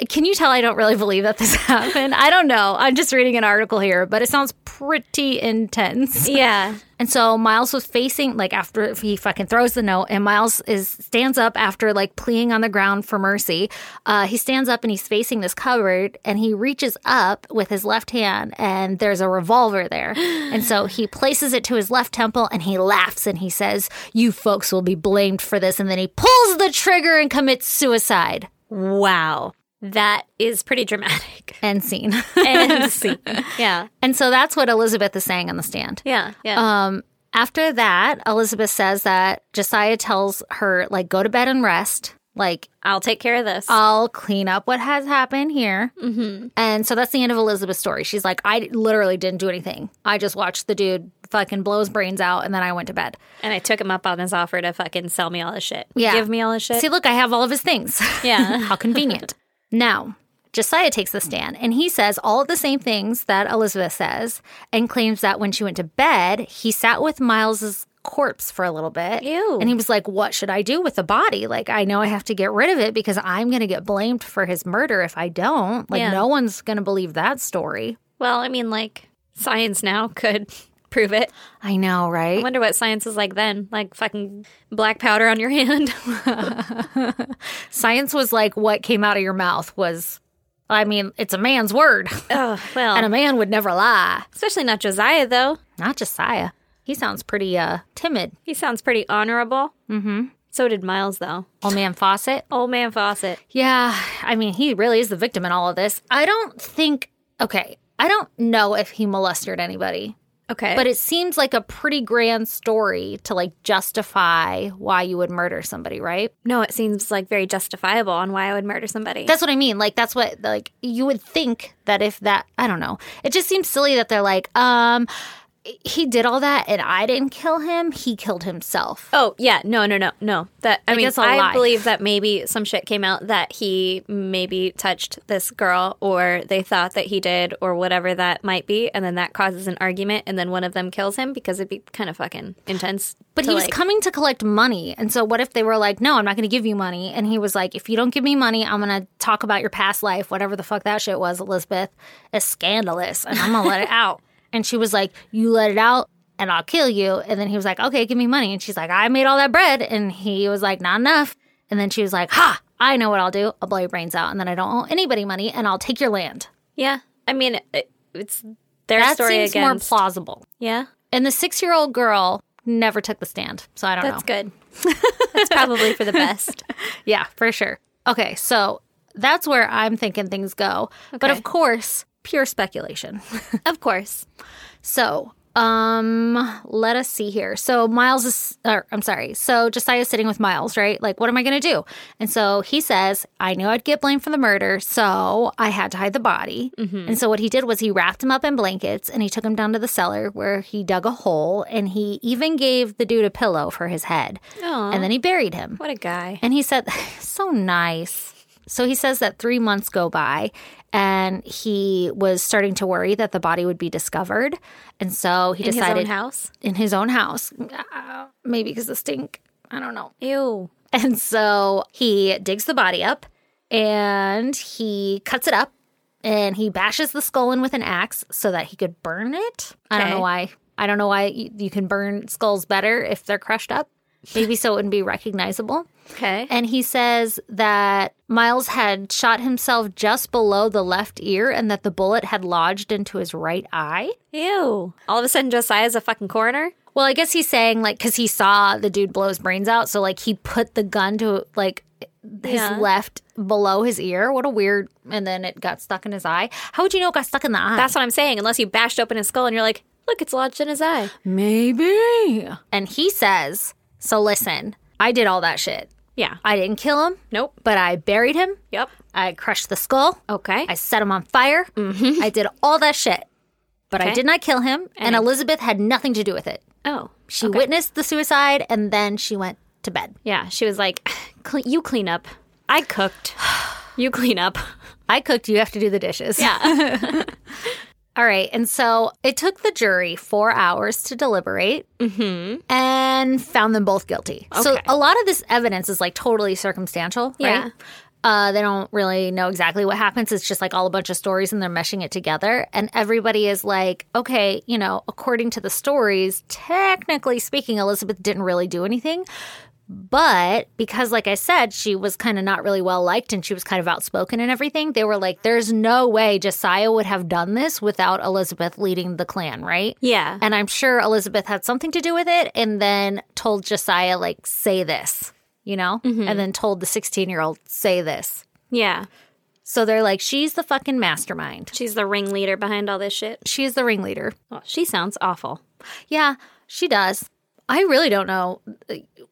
Can you tell I don't really believe that this happened? I don't know. I'm just reading an article here, but it sounds pretty intense.
Yeah.
And so Miles was facing like after he fucking throws the note, and Miles is stands up after like pleading on the ground for mercy. Uh, he stands up and he's facing this cupboard, and he reaches up with his left hand, and there's a revolver there. And so he places it to his left temple, and he laughs and he says, "You folks will be blamed for this." And then he pulls the trigger and commits suicide.
Wow. That is pretty dramatic.
End scene.
And see. Yeah.
and so that's what Elizabeth is saying on the stand.
Yeah. Yeah.
Um, after that, Elizabeth says that Josiah tells her, like, go to bed and rest. Like,
I'll take care of this.
I'll clean up what has happened here. Mm-hmm. And so that's the end of Elizabeth's story. She's like, I literally didn't do anything. I just watched the dude fucking blow his brains out and then I went to bed.
and I took him up on his offer to fucking sell me all his shit.
Yeah.
Give me all his shit.
See, look, I have all of his things.
Yeah.
How convenient. now, Josiah takes the stand and he says all of the same things that Elizabeth says and claims that when she went to bed, he sat with Miles's corpse for a little bit.
Ew.
And he was like, What should I do with the body? Like, I know I have to get rid of it because I'm going to get blamed for his murder if I don't. Like,
Yeah.
no one's going to believe that story.
well, I mean, like, science now could prove it.
I know, right?
I wonder what science is like then. Like, fucking black powder on your hand.
Science was like, What came out of your mouth was, I mean, it's a man's word.
oh, well.
and a man would never lie.
especially not Josiah, though.
Not Josiah. He sounds pretty uh timid.
He sounds pretty honorable. Mm hmm. So did Miles, though.
Old man Fawcett.
Old man Fawcett.
Yeah, I mean, he really is the victim in all of this. I don't think okay, I don't know if he molested anybody,
Okay.
but it seems like a pretty grand story to like justify why you would murder somebody, right?
no, it seems like very justifiable on why I would murder somebody.
That's what I mean. Like that's what like you would think that if that I don't know. It just seems silly that they're like, um he did all that and I didn't kill him, he killed himself.
Oh yeah, no, no, no, no. That I mean,
it's a
I
lie.
believe that maybe some shit came out that he maybe touched this girl, or they thought that he did, or whatever that might be, and then that causes an argument, and then one of them kills him because it'd be kind of fucking intense.
But
to,
he was
like-
coming to collect money. And so, what if they were like, no, I'm not going to give you money? And he was like, if you don't give me money, I'm going to talk about your past life, whatever the fuck that shit was, Elizabeth, is scandalous. And I'm going to let it out. And she was like, you let it out and I'll kill you. And then he was like, okay, give me money. And she's like, I made all that bread. And he was like, not enough. And then she was like, ha, I know what I'll do. I'll blow your brains out. And then I don't owe anybody money and I'll take your land.
yeah. I mean, it, it's their
That
story
seems more
against.
plausible.
yeah,
And the six year old girl never took the stand. So I don't know.
that's good. that's probably for the best.
Yeah, for sure. Okay, so that's where I'm thinking things go. But
Okay.
of course, pure speculation.
Of course.
so, um, let us see here. So Miles is, or I'm sorry. So Josiah's sitting with Miles, right? Like, what am I going to do? And so he says, I knew I'd get blamed for the murder, so I had to hide the body.
Mm-hmm.
And so what he did was he wrapped him up in blankets and he took him down to the cellar where he dug a hole and he even gave the dude a pillow for his head.
Aw.
And then he buried him.
What a guy.
And he said, so nice. So he says that three months go by and he was starting to worry that the body would be discovered. And so he
In his
decided
own house.
in his own house, Uh, maybe because the stink, I don't know.
Ew.
And so he digs the body up and he cuts it up and he bashes the skull in with an axe so that he could burn it. I don't
Okay.
know why. I don't know why you, you can burn skulls better if they're crushed up. Maybe so it wouldn't be recognizable.
Okay.
And he says that Miles had shot himself just below the left ear and that the bullet had lodged into his right eye.
Ew. All of a sudden, Josiah's a fucking coroner.
Well, I guess he's saying, like, because he saw the dude blow his brains out. So, like, he put the gun to, like, his
Yeah.
left below his ear. What a weird. And then it got stuck in his eye. How would you know it got stuck in the eye?
That's what I'm saying. Unless you bashed open his skull and you're like, Look, it's lodged in his eye.
Maybe. And he says, So listen, I did all that shit.
Yeah.
I didn't kill him.
Nope.
But I buried him.
Yep.
I crushed the skull.
Okay. Mm-hmm.
I set him on fire. I did all that shit. But I
Okay.
did not kill him. And, Elizabeth had nothing to do with it.
oh.
She witnessed the suicide and then she went to bed.
Yeah. She was like, "Cle- you clean up. I cooked. You clean up.
I cooked, you have to do the dishes.
Yeah.
All right. And so it took the jury four hours to deliberate and found them both guilty. So
Mm-hmm. Okay.
a lot of this evidence is like totally circumstantial,
Yeah.
right? Uh, they don't really know exactly what happens. It's just like all a bunch of stories and they're meshing it together. And everybody is like, okay, you know, according to the stories, technically speaking, Elizabeth didn't really do anything. But because, like I said, she was kind of not really well liked and she was kind of outspoken and everything, they were like, there's no way Josiah would have done this without Elizabeth leading the clan, right?
Yeah.
And I'm sure Elizabeth had something to do with it and then told Josiah, like, say this, you know? And then told the 16 year old, say this.
yeah.
So they're like, she's the fucking mastermind.
She's the ringleader behind all this shit.
She's the ringleader.
Well, she sounds awful.
Yeah, she does. I really don't know.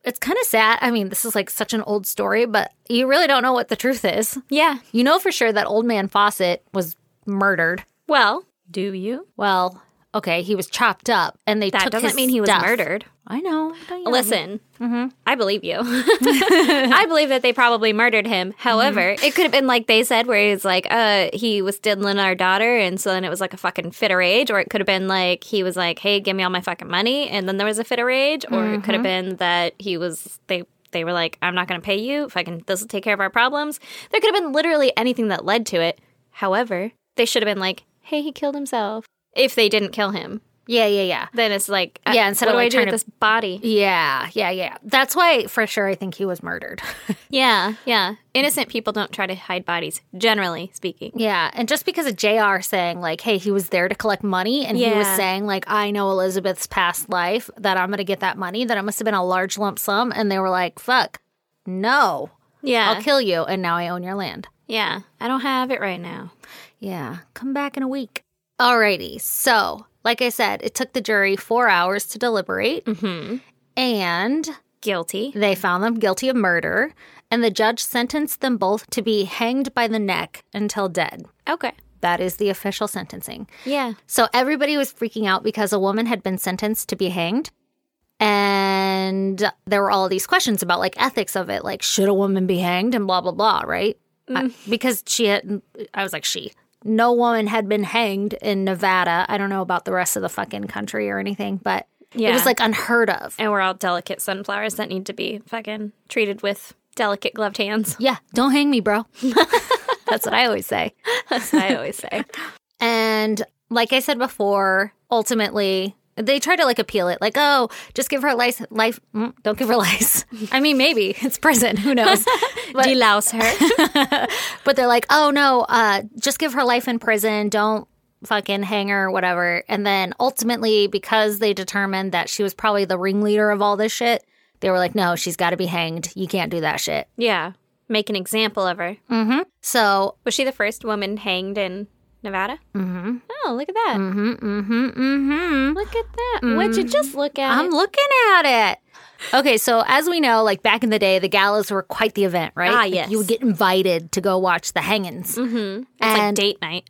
It's kind of sad. I mean, this is like such an old story, but you really don't know what the truth is.
Yeah.
You know for sure that old man Fawcett was murdered.
Well, do you?
Well, okay, he was chopped up and they
That
took
doesn't
his
mean he was
stuff.
murdered.
I know. don't you know?
Listen,
Mm-hmm.
I believe you. I believe that they probably murdered him. However,
Mm-hmm.
it could have been like they said, where he was like, uh, he was diddling our daughter, and so then it was like a fucking fit of rage, or it could have been like he was like, hey, give me all my fucking money, and then there was a fit of rage, or it could have
Mm-hmm.
been that he was they. They were like, I'm not going to pay you. Fucking, this will take care of our problems. There could have been literally anything that led to it. However, they should have been like, hey, he killed himself. If they didn't kill him,
Yeah, yeah, yeah.
then it's like, uh,
Yeah, instead
what
of,
do I
like,
do with
trying
this
to-
body?
Yeah, yeah, yeah. That's why for sure I think he was murdered.
Yeah, yeah. Innocent people don't try to hide bodies, generally speaking.
Yeah, and just because of JR saying like, "Hey, he was there to collect money," and he was
Yeah.
saying like, "I know Elizabeth's past life that I'm going to get that money that it must have been a large lump sum," and they were like, "Fuck, no,
Yeah.
I'll kill you," and now I own your land.
yeah. I don't have it right now.
Yeah, come back in a week. Alrighty, so like I said, it took the jury four hours to deliberate, and
Guilty.
they found them guilty of murder, and the judge sentenced them both to be hanged by the neck until dead.
Okay.
That is the official sentencing.
Yeah.
So everybody was freaking out because a woman had been sentenced to be hanged. And there were all these questions about like ethics of it, like should a woman be hanged and blah blah blah, right? I- because she had, I was like, she, no woman had been hanged in Nevada. I don't know about the rest of the fucking country or anything, but it was
Yeah.
like unheard of.
And we're all delicate sunflowers that need to be fucking treated with delicate gloved hands.
Yeah, don't hang me, bro. That's what I always say.
That's what I always say.
And like I said before, ultimately they try to like appeal it, like oh, just give her life. Life, mm, don't give her life. I mean, maybe it's prison. Who knows? But-
Delouse her.
but they're like, oh no, uh, just give her life in prison. Don't fucking hang her, whatever. And then ultimately, because they determined that she was probably the ringleader of all this shit, they were like, no, she's got to be hanged. You can't do that shit.
yeah. Make an example of her.
So
Was she the first woman hanged in Nevada? Mm-hmm. Oh, look at that. Mm-hmm. Mm-hmm. Mm. Mm-hmm. Look at that. What'd you just look at?
I'm looking at it. Okay, so as we know, like back in the day, the galas were quite the event, right?
Ah,
Like,
yes. Mm-hmm.
you would get invited to go watch the hangings.
it's like
and-
date night.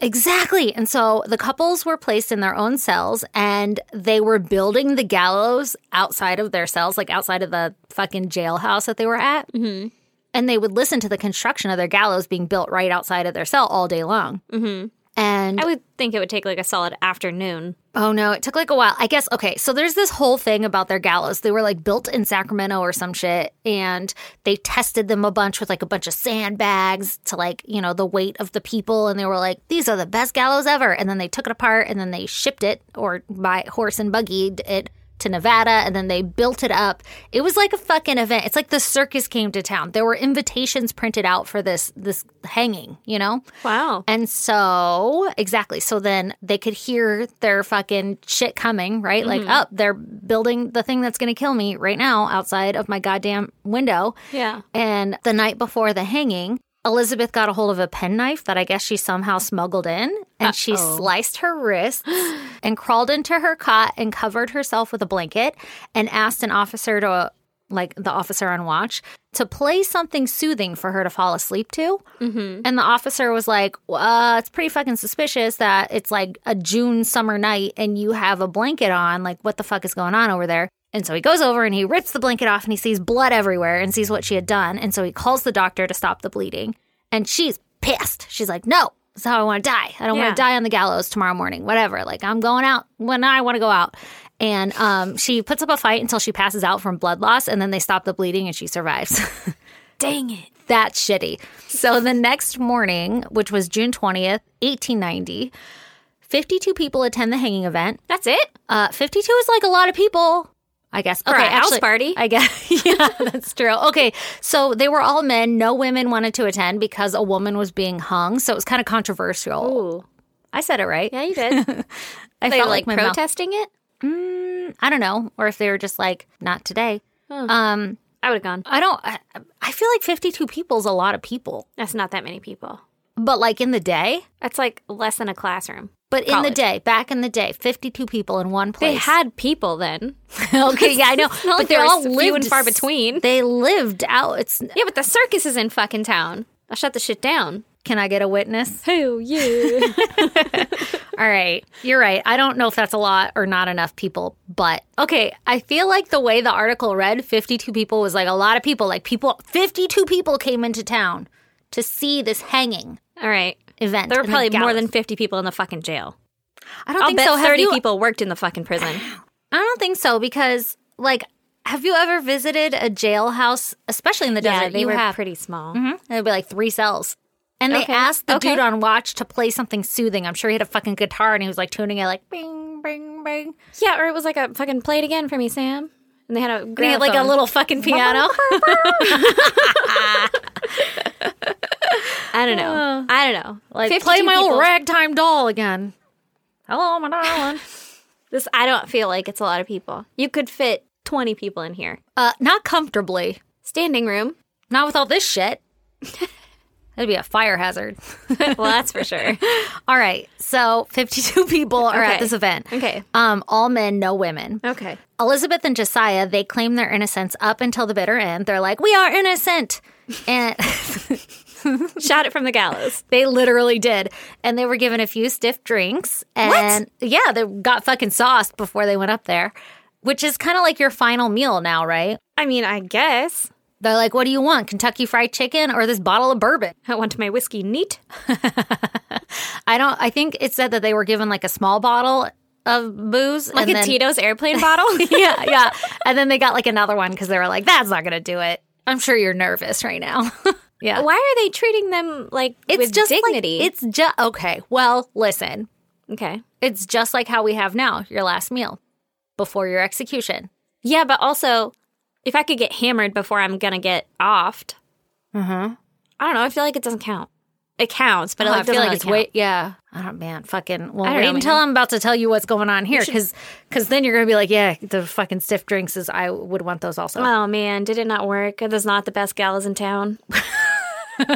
Exactly. And so the couples were placed in their own cells and they were building the gallows outside of their cells, like outside of the fucking jailhouse that they were at. Mm-hmm. And they would listen to the construction of their gallows being built right outside of their cell all day long. Mm-hmm. And
I would think it would take like a solid afternoon.
Oh no, it took like a while. I guess okay, so there's this whole thing about their gallows. They were like built in Sacramento or some shit and they tested them a bunch with like a bunch of sandbags to like, you know, the weight of the people and they were like, these are the best gallows ever. And then they took it apart and then they shipped it or by horse and buggied it to Nevada and then they built it up. It was like a fucking event. It's like the circus came to town. There were invitations printed out for this this hanging, you know?
Wow.
And so, exactly. So then they could hear their fucking shit coming, right? Like, oh, they're building the thing that's going to kill me right now outside of my goddamn window.
Yeah.
And the night before the hanging, Elizabeth got a hold of a penknife that I guess she somehow smuggled in, and she sliced her wrists and crawled into her cot and covered herself with a blanket and asked an officer to, like the officer on watch, to play something soothing for her to fall asleep to. And the officer was like, well, uh, it's pretty fucking suspicious that it's like a June summer night and you have a blanket on. Like, what the fuck is going on over there? And so he goes over and he rips the blanket off and he sees blood everywhere and sees what she had done. And so he calls the doctor to stop the bleeding. And she's pissed. She's like, no, this is how I want to die. I don't
Yeah.
want to die on the gallows tomorrow morning, whatever. Like, I'm going out when I want to go out. And um, she puts up a fight until she passes out from blood loss. And then they stop the bleeding and she survives.
Dang it.
That's shitty. So the next morning, which was June 20th, 1890, 52 people attend the hanging event.
That's it?
Uh, 52 is like a lot of people, I guess. Okay,
a house party.
I guess. Yeah, that's true. Okay, so they were all men. No women wanted to attend because a woman was being hung. So it was kind of
Ooh.
controversial. I said it right.
Yeah, you did.
I
they like,
my mouth-
protesting it?
I don't know, or if they were just like not today. Um,
I would have gone.
I don't. I, I feel like 52 people is a lot of people,
That's not that many people.
but like in the day.
That's like less than a classroom.
But in the
College.
day, back in the day, 52 people in one place.
They had people then.
okay, yeah, I know.
It's not
but
like
they
there
all
was few
lived
and far
s-
between.
They lived out. It's
Yeah, but the circus is in fucking town. I'll shut the shit down.
Can I get a witness?
Who you?
All right. You're right. I don't know if that's a lot or not enough people, but okay, I feel like the way the article read, 52 people was like a lot of people. Like people 52 people came into town to see this hanging
All right.
event.
There were
in the
probably more
gallows.
than 50 people in the fucking jail.
I don't
I'll
think
bet
so. Have
30
you-
people worked in the fucking prison.
I don't think so because like have you ever visited a jailhouse, especially in the
Yeah,
desert?
they were
pretty.
pretty small.
And it'd be like three cells. And they
Okay.
asked the
Okay.
dude on watch to play something soothing. I'm sure he had a fucking guitar and he was like tuning it like bing, bing, bing.
Yeah, or it was like a fucking play it again for me, Sam. And they had a
And he had like a
gramophone.
little fucking piano.
I don't
Uh.
know. I don't know.
like
52
play my old
people-
ragtime doll again. Hello, my darling.
This I don't feel like it's a lot of people. You could fit 20 people in here.
uh, not comfortably.
Standing room.
Not with all this shit. That'd be a fire hazard.
well, that's for sure.
All right. So 52 people are at
Okay.
this event.
Okay.
Um, all men, no women.
Okay.
Elizabeth and Josiah, they claim their innocence up until the bitter end. They're like, we are innocent. And
Shot it from the gallows.
they literally did. And they were given a few stiff drinks. And yeah, they got fucking sauced before they went up there, which is kind of like your final meal now, right?
I mean, I guess
They're like, what do you want? Kentucky fried chicken or this bottle of bourbon?
I want my whiskey neat.
I don't, I think it said that they were given like a small bottle of booze.
Like
and
a
then-
Tito's airplane bottle.
yeah, yeah. And then they got like another one because they were like, that's not going to do it. I'm sure you're nervous right now. yeah.
Why are they treating them like
It's
with
just like-
dignity?
it's just, okay. Well, listen,
okay.
it's just like how we have now your last meal before your execution.
Yeah, but also, if I could get hammered before I'm gonna get offed, I don't know. I feel like it doesn't count. It counts, but it,
Mm-hmm. Oh,
like,
I feel
doesn't
like
really
it's
count.
wait. Yeah, I don't, man. Fucking. Well,
I don't
wait
know,
until
man.
I'm about to tell you what's going on here,
should-
because then you're gonna be like, yeah, the fucking stiff drinks is. I would want those also.
Oh man, did it not work? There's not the best galas in town.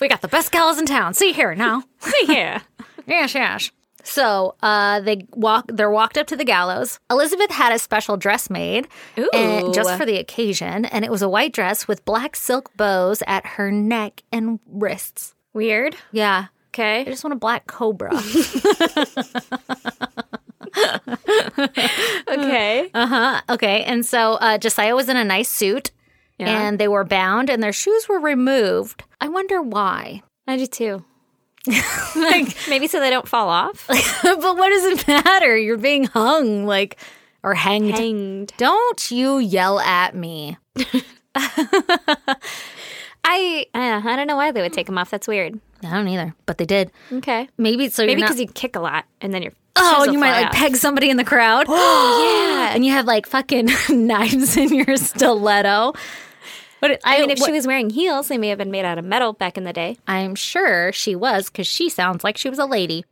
we got the best gals in town. See here now.
yeah.
Yes, yes. So uh, they walk. They're walked up to the gallows. Elizabeth had a special dress made, and-
Ooh.
just for the occasion, and it was a white dress with black silk bows at her neck and wrists.
Weird.
Yeah, I
Okay.
just want a black cobra.
Okay.
Uh-huh. okay, and so uh, Josiah was in a nice suit,
Yeah.
and they were bound, and their shoes were removed. I wonder why.
I do too. like, maybe so they don't fall off.
but what does it matter? You're being hung, like or hanged.
Hanged.
Don't you yell at me.
I uh, I don't know why they would take them off. That's weird.
I don't either, but they did.
Okay.
Maybe it's so
Maybe
you're
because
not.
you kick a lot and then you're
Oh, and you might like peg somebody in the crowd. yeah, and you have like fucking knives in your stiletto.
But I mean, if
what-
she was wearing heels, they may have been made out of metal back in the day.
I'm sure she was because she sounds like she was a lady.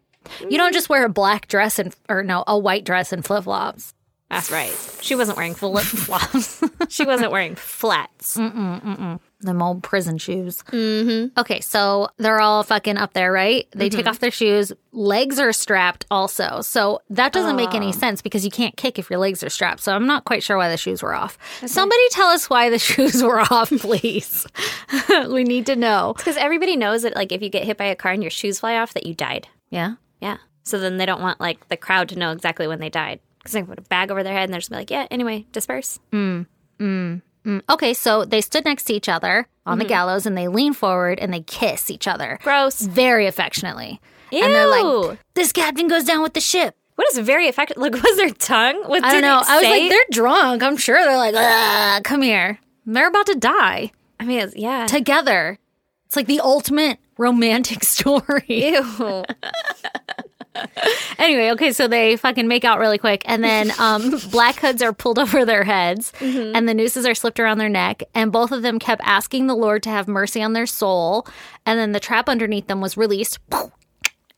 You don't just wear a black dress and or no, a white dress and flip flops.
That's right. She wasn't wearing flip flops. she wasn't wearing flats.
Them old prison shoes. Mm-hmm. Mm-hmm. Okay, so they're all fucking up there, right? They take off their shoes. Legs are strapped also. So that doesn't make any sense because you can't kick if your legs are strapped. So I'm not quite sure why the shoes were off. Somebody tell us why the shoes were off, please. we need to know.
Because everybody knows that, like, if you get hit by a car and your shoes fly off, that you died.
Yeah.
Yeah. So then they don't want like the crowd to know exactly when they died because they put a bag over their head and they're just be like, yeah. Anyway, disperse.
Okay, so they stood next to each other on the gallows and they lean forward and they kiss each other.
Mm-hmm. Gross.
Very affectionately. And they're like,
Ew.
this captain goes down with the ship.
What is very effective? Like, was their tongue? What
I
did
don't know.
it
I was
say?
like, they're drunk. I'm sure they're like, "Ugh, come here. They're about to die
I mean, it's, yeah.
together. It's like the ultimate romantic story.
Ew.
anyway, okay, so they fucking make out really quick. And then um, black hoods are pulled over their heads and the nooses are slipped around their neck. And both of them kept asking the Lord to have mercy on their soul. And then the trap underneath them was released.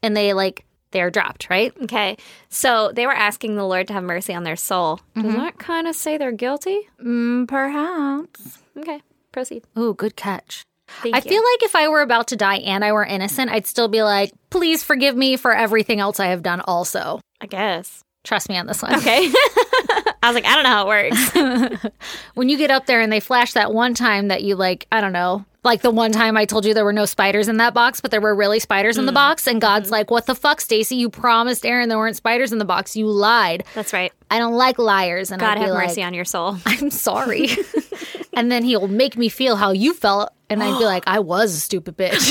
And they like, they're dropped, right?
okay. So they were asking the Lord to have mercy on their soul.
Mm-hmm.
Does that kind of say they're guilty?
Perhaps.
Okay. Proceed.
Ooh, good catch.
Thank
I
you.
feel like if I were about to die and I were innocent, I'd still be like, please forgive me for everything else I have done, also.
I guess.
Trust me on this one.
Okay. I was like, I don't know how it works.
When you get up there and they flash that one time that you, like, I don't know, like the one time I told you there were no spiders in that box, but there were really spiders in the
Mm-hmm.
box. And God's like, what the fuck, Stacy? You promised Aaron there weren't spiders in the box. You lied.
That's right.
I don't like liars. And
God
I'd be
have
like,
mercy on your soul.
I'm sorry. and then he'll make me feel how you felt. And I'd be like, I was a stupid bitch.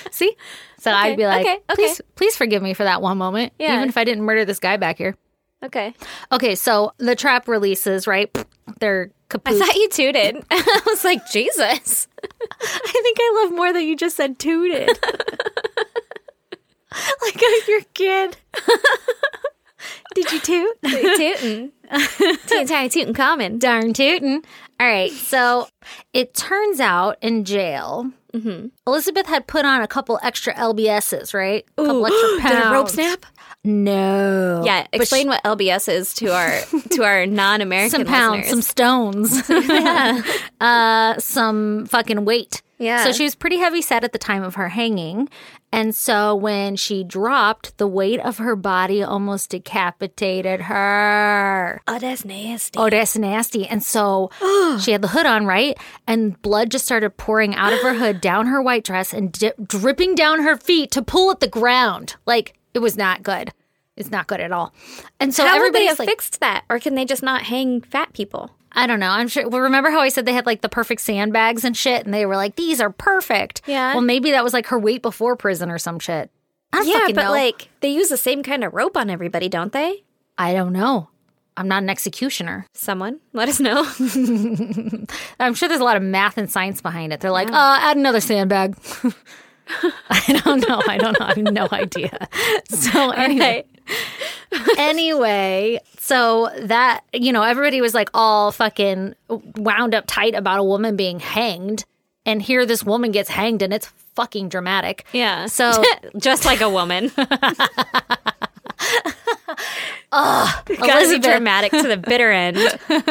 See? So I'd be like,
okay, okay.
please, please forgive me for that one moment.
Yeah.
Even if I didn't murder this guy back here.
Okay.
Okay, so the trap releases, right? They're
I
kaput.
thought you tooted. I was like, Jesus.
I think I love more that you just said tooted. like I'm your kid. Did you toot?
tootin'. Tootin' tiny tootin' common.
Darn tootin'. All right. So it turns out in jail,
Mm-hmm.
Elizabeth had put on a couple extra LBSs, right? A couple extra pounds. No.
Yeah,
Oh. But
explain what LBS is to our to our non-American
some pounds, some
listeners.
stones, uh, some fucking weight.
Yeah.
So she was pretty heavy set at the time of her hanging. And so when she dropped, the weight of her body almost decapitated her.
oh, that's nasty.
Oh, that's nasty. And so she had the hood on, right? And blood just started pouring out of her hood, down her white dress, and di- dripping down her feet to pull at the ground. Like, it was not good. It's not good at all. And so
How would they
everybody's
have
like,
fixed that, or can they just not hang fat people?
I don't know. I'm sure. Well, remember how I said they had like the perfect sandbags and shit, and they were like, "These are perfect."
Yeah.
Well, maybe that was like her weight before prison or some shit. I don't
Yeah,
fucking
but
know.
like they use the same kind of rope on everybody, don't they?
I don't know. I'm not an executioner.
Someone let us know.
I'm sure there's a lot of math and science behind it. They're like, uh, add another sandbag. I don't know. I don't know. I have no idea. So anyway, anyway, so that you know, everybody was like all fucking wound up tight about a woman being hanged, and here this woman gets hanged, and it's fucking dramatic.
Yeah.
So
just like a woman, gotta be
Elizabeth,
dramatic to the bitter end.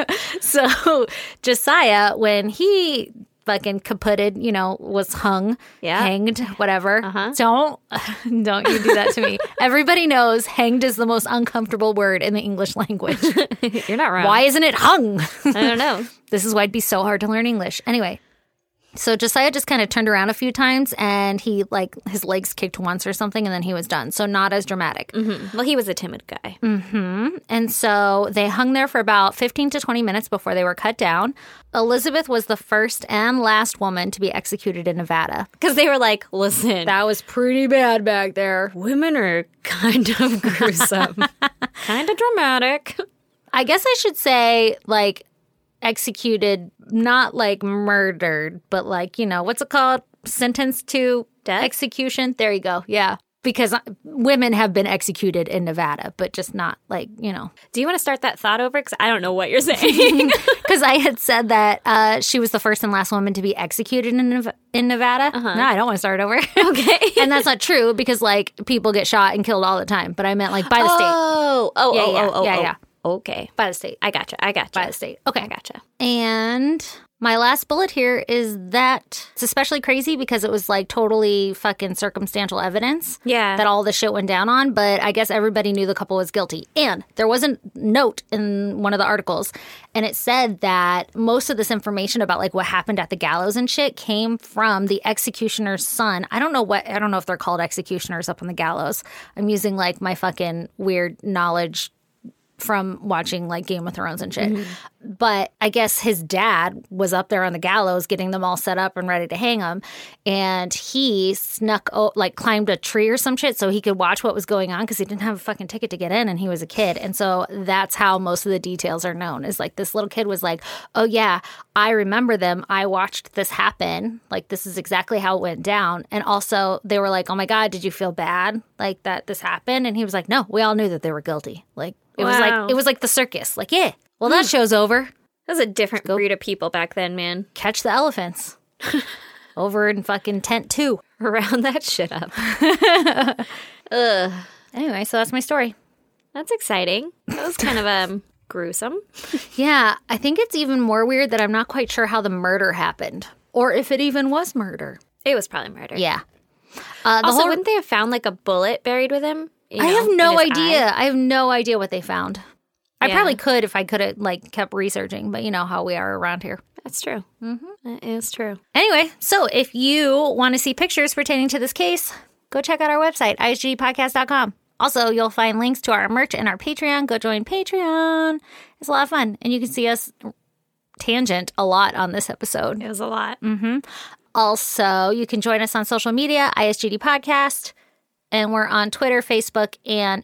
so Josiah, when he fucking kaputted, you know, was hung,
Yeah.
hanged, whatever. Don't don't you do that to me. Everybody knows hanged is the most uncomfortable word in the English language.
You're not wrong.
Why isn't it hung?
I don't know.
this is why it'd be so hard to learn English. Anyway, so Josiah just kind of turned around a few times and he like his legs kicked once or something and then he was done. So not as dramatic.
Well, he was a timid guy.
And so they hung there for about 15 to 20 minutes before they were cut down. Elizabeth was the first and last woman to be executed in Nevada.
Because they were like, listen,
That was pretty bad back there.
women are kind of gruesome, kind of dramatic.
I guess I should say, like, executed, not like murdered, but like, you know, what's it called? Sentenced to
Death?
execution. There you go. Yeah. Because uh, women have been executed in Nevada, but just not like, you know,
Do you want to start that thought over? Because I don't know what you're saying.
Because I had said that uh, she was the first and last woman to be executed in Nev- in Nevada. No, I don't want to start over.
okay.
and that's not true because like people get shot and killed all the time. But I meant like by the state.
Oh, oh,
Yeah,
oh,
yeah,
oh, oh,
yeah,
oh.
yeah.
Okay.
by the state.
I gotcha. I gotcha.
by the state. Okay.
I gotcha.
And my last bullet here is that it's especially crazy because it was like totally fucking circumstantial evidence.
Yeah.
That all the shit went down on, but I guess everybody knew the couple was guilty. And there was a note in one of the articles, and it said that most of this information about like what happened at the gallows and shit came from the executioner's son. I don't know what, I don't know if they're called executioners up on the gallows. I'm using like my fucking weird knowledge from watching like Game of Thrones and shit. But I guess his dad was up there on the gallows getting them all set up and ready to hang them. And he snuck, o- like, climbed a tree or some shit so he could watch what was going on because he didn't have a fucking ticket to get in and he was a kid. And so that's how most of the details are known is like this little kid was like, oh, yeah, I remember them. I watched this happen. Like, this is exactly how it went down. And also, they were like, oh my God, did you feel bad? Like, that this happened? And he was like, no, we all knew that they were guilty. Like, it was
Wow.
like it was like the circus. Like, yeah. Well, that show's over.
That was a different breed of people back then, man.
Catch the elephants. over in fucking tent 2.
Round that shit up.
Anyway, so that's my story.
That's exciting. That was kind of um gruesome.
Yeah, I think it's even more weird that I'm not quite sure how the murder happened or if it even was murder.
It was probably murder.
Yeah. Uh, the
Also,
whole,
wouldn't they have found like a bullet buried with him? You
I
know,
have
in
no
his eye?
idea. I have no idea what they found. I
Yeah.
probably could if I could have like kept researching, but you know how we are around here.
That's true. Mm-hmm. That is true.
Anyway, so if you want to see pictures pertaining to this case, go check out our website, isgpodcast.com. Also, you'll find links to our merch and our Patreon. Go join Patreon. It's a lot of fun. And you can see us tangent a lot on this episode.
It was a lot.
Also, you can join us on social media, ISGD Podcast. And we're on Twitter, Facebook, and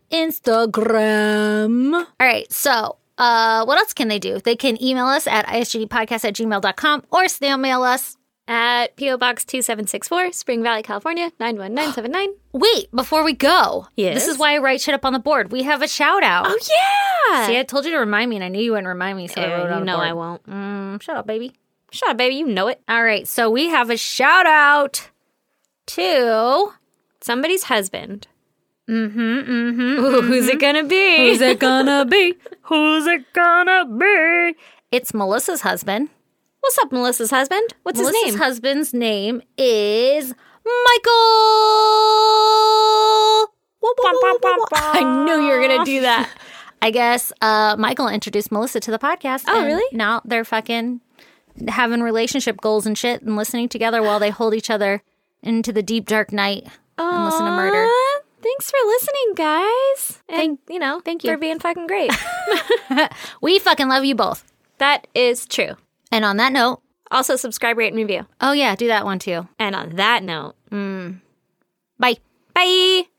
Instagram. All right. So, uh, what else can they do? They can email us at isgdpodcast at gmail.com or snail mail us
At PO Box two seven six four, Spring Valley, California nine one nine seven nine.
Wait, before we go,
Yes?
this is why I write shit up on the board. We have a shout out.
Oh yeah.
See, I told you to remind me, and I knew you wouldn't remind me, so I wrote it
Eh, you
on the
know
board.
I won't.
Mm, shut up, baby.
Shut up, baby. You know it.
All right, so we have a shout out to
Somebody's husband. Mm-hmm. Mm-hmm. who's it gonna be?
who's it gonna be? Who's it gonna be? It's Melissa's husband.
What's up, Melissa's husband? What's
Melissa's
his name?
husband's name is Michael. Whoop, whoop, whoop, whoop, whoop. I knew you were gonna do that. I guess uh, Michael introduced Melissa to the podcast.
Oh,
and
really?
Now they're fucking having relationship goals and shit, and listening together while they hold each other into the deep dark night and listen to murder.
Aw, Thanks for listening, guys. And you know,
thank you.
for being fucking great.
We fucking love you both.
that is true.
And on that note,
Also, subscribe, rate, and review.
oh yeah, do that one too.
And on that note,
Bye.
bye.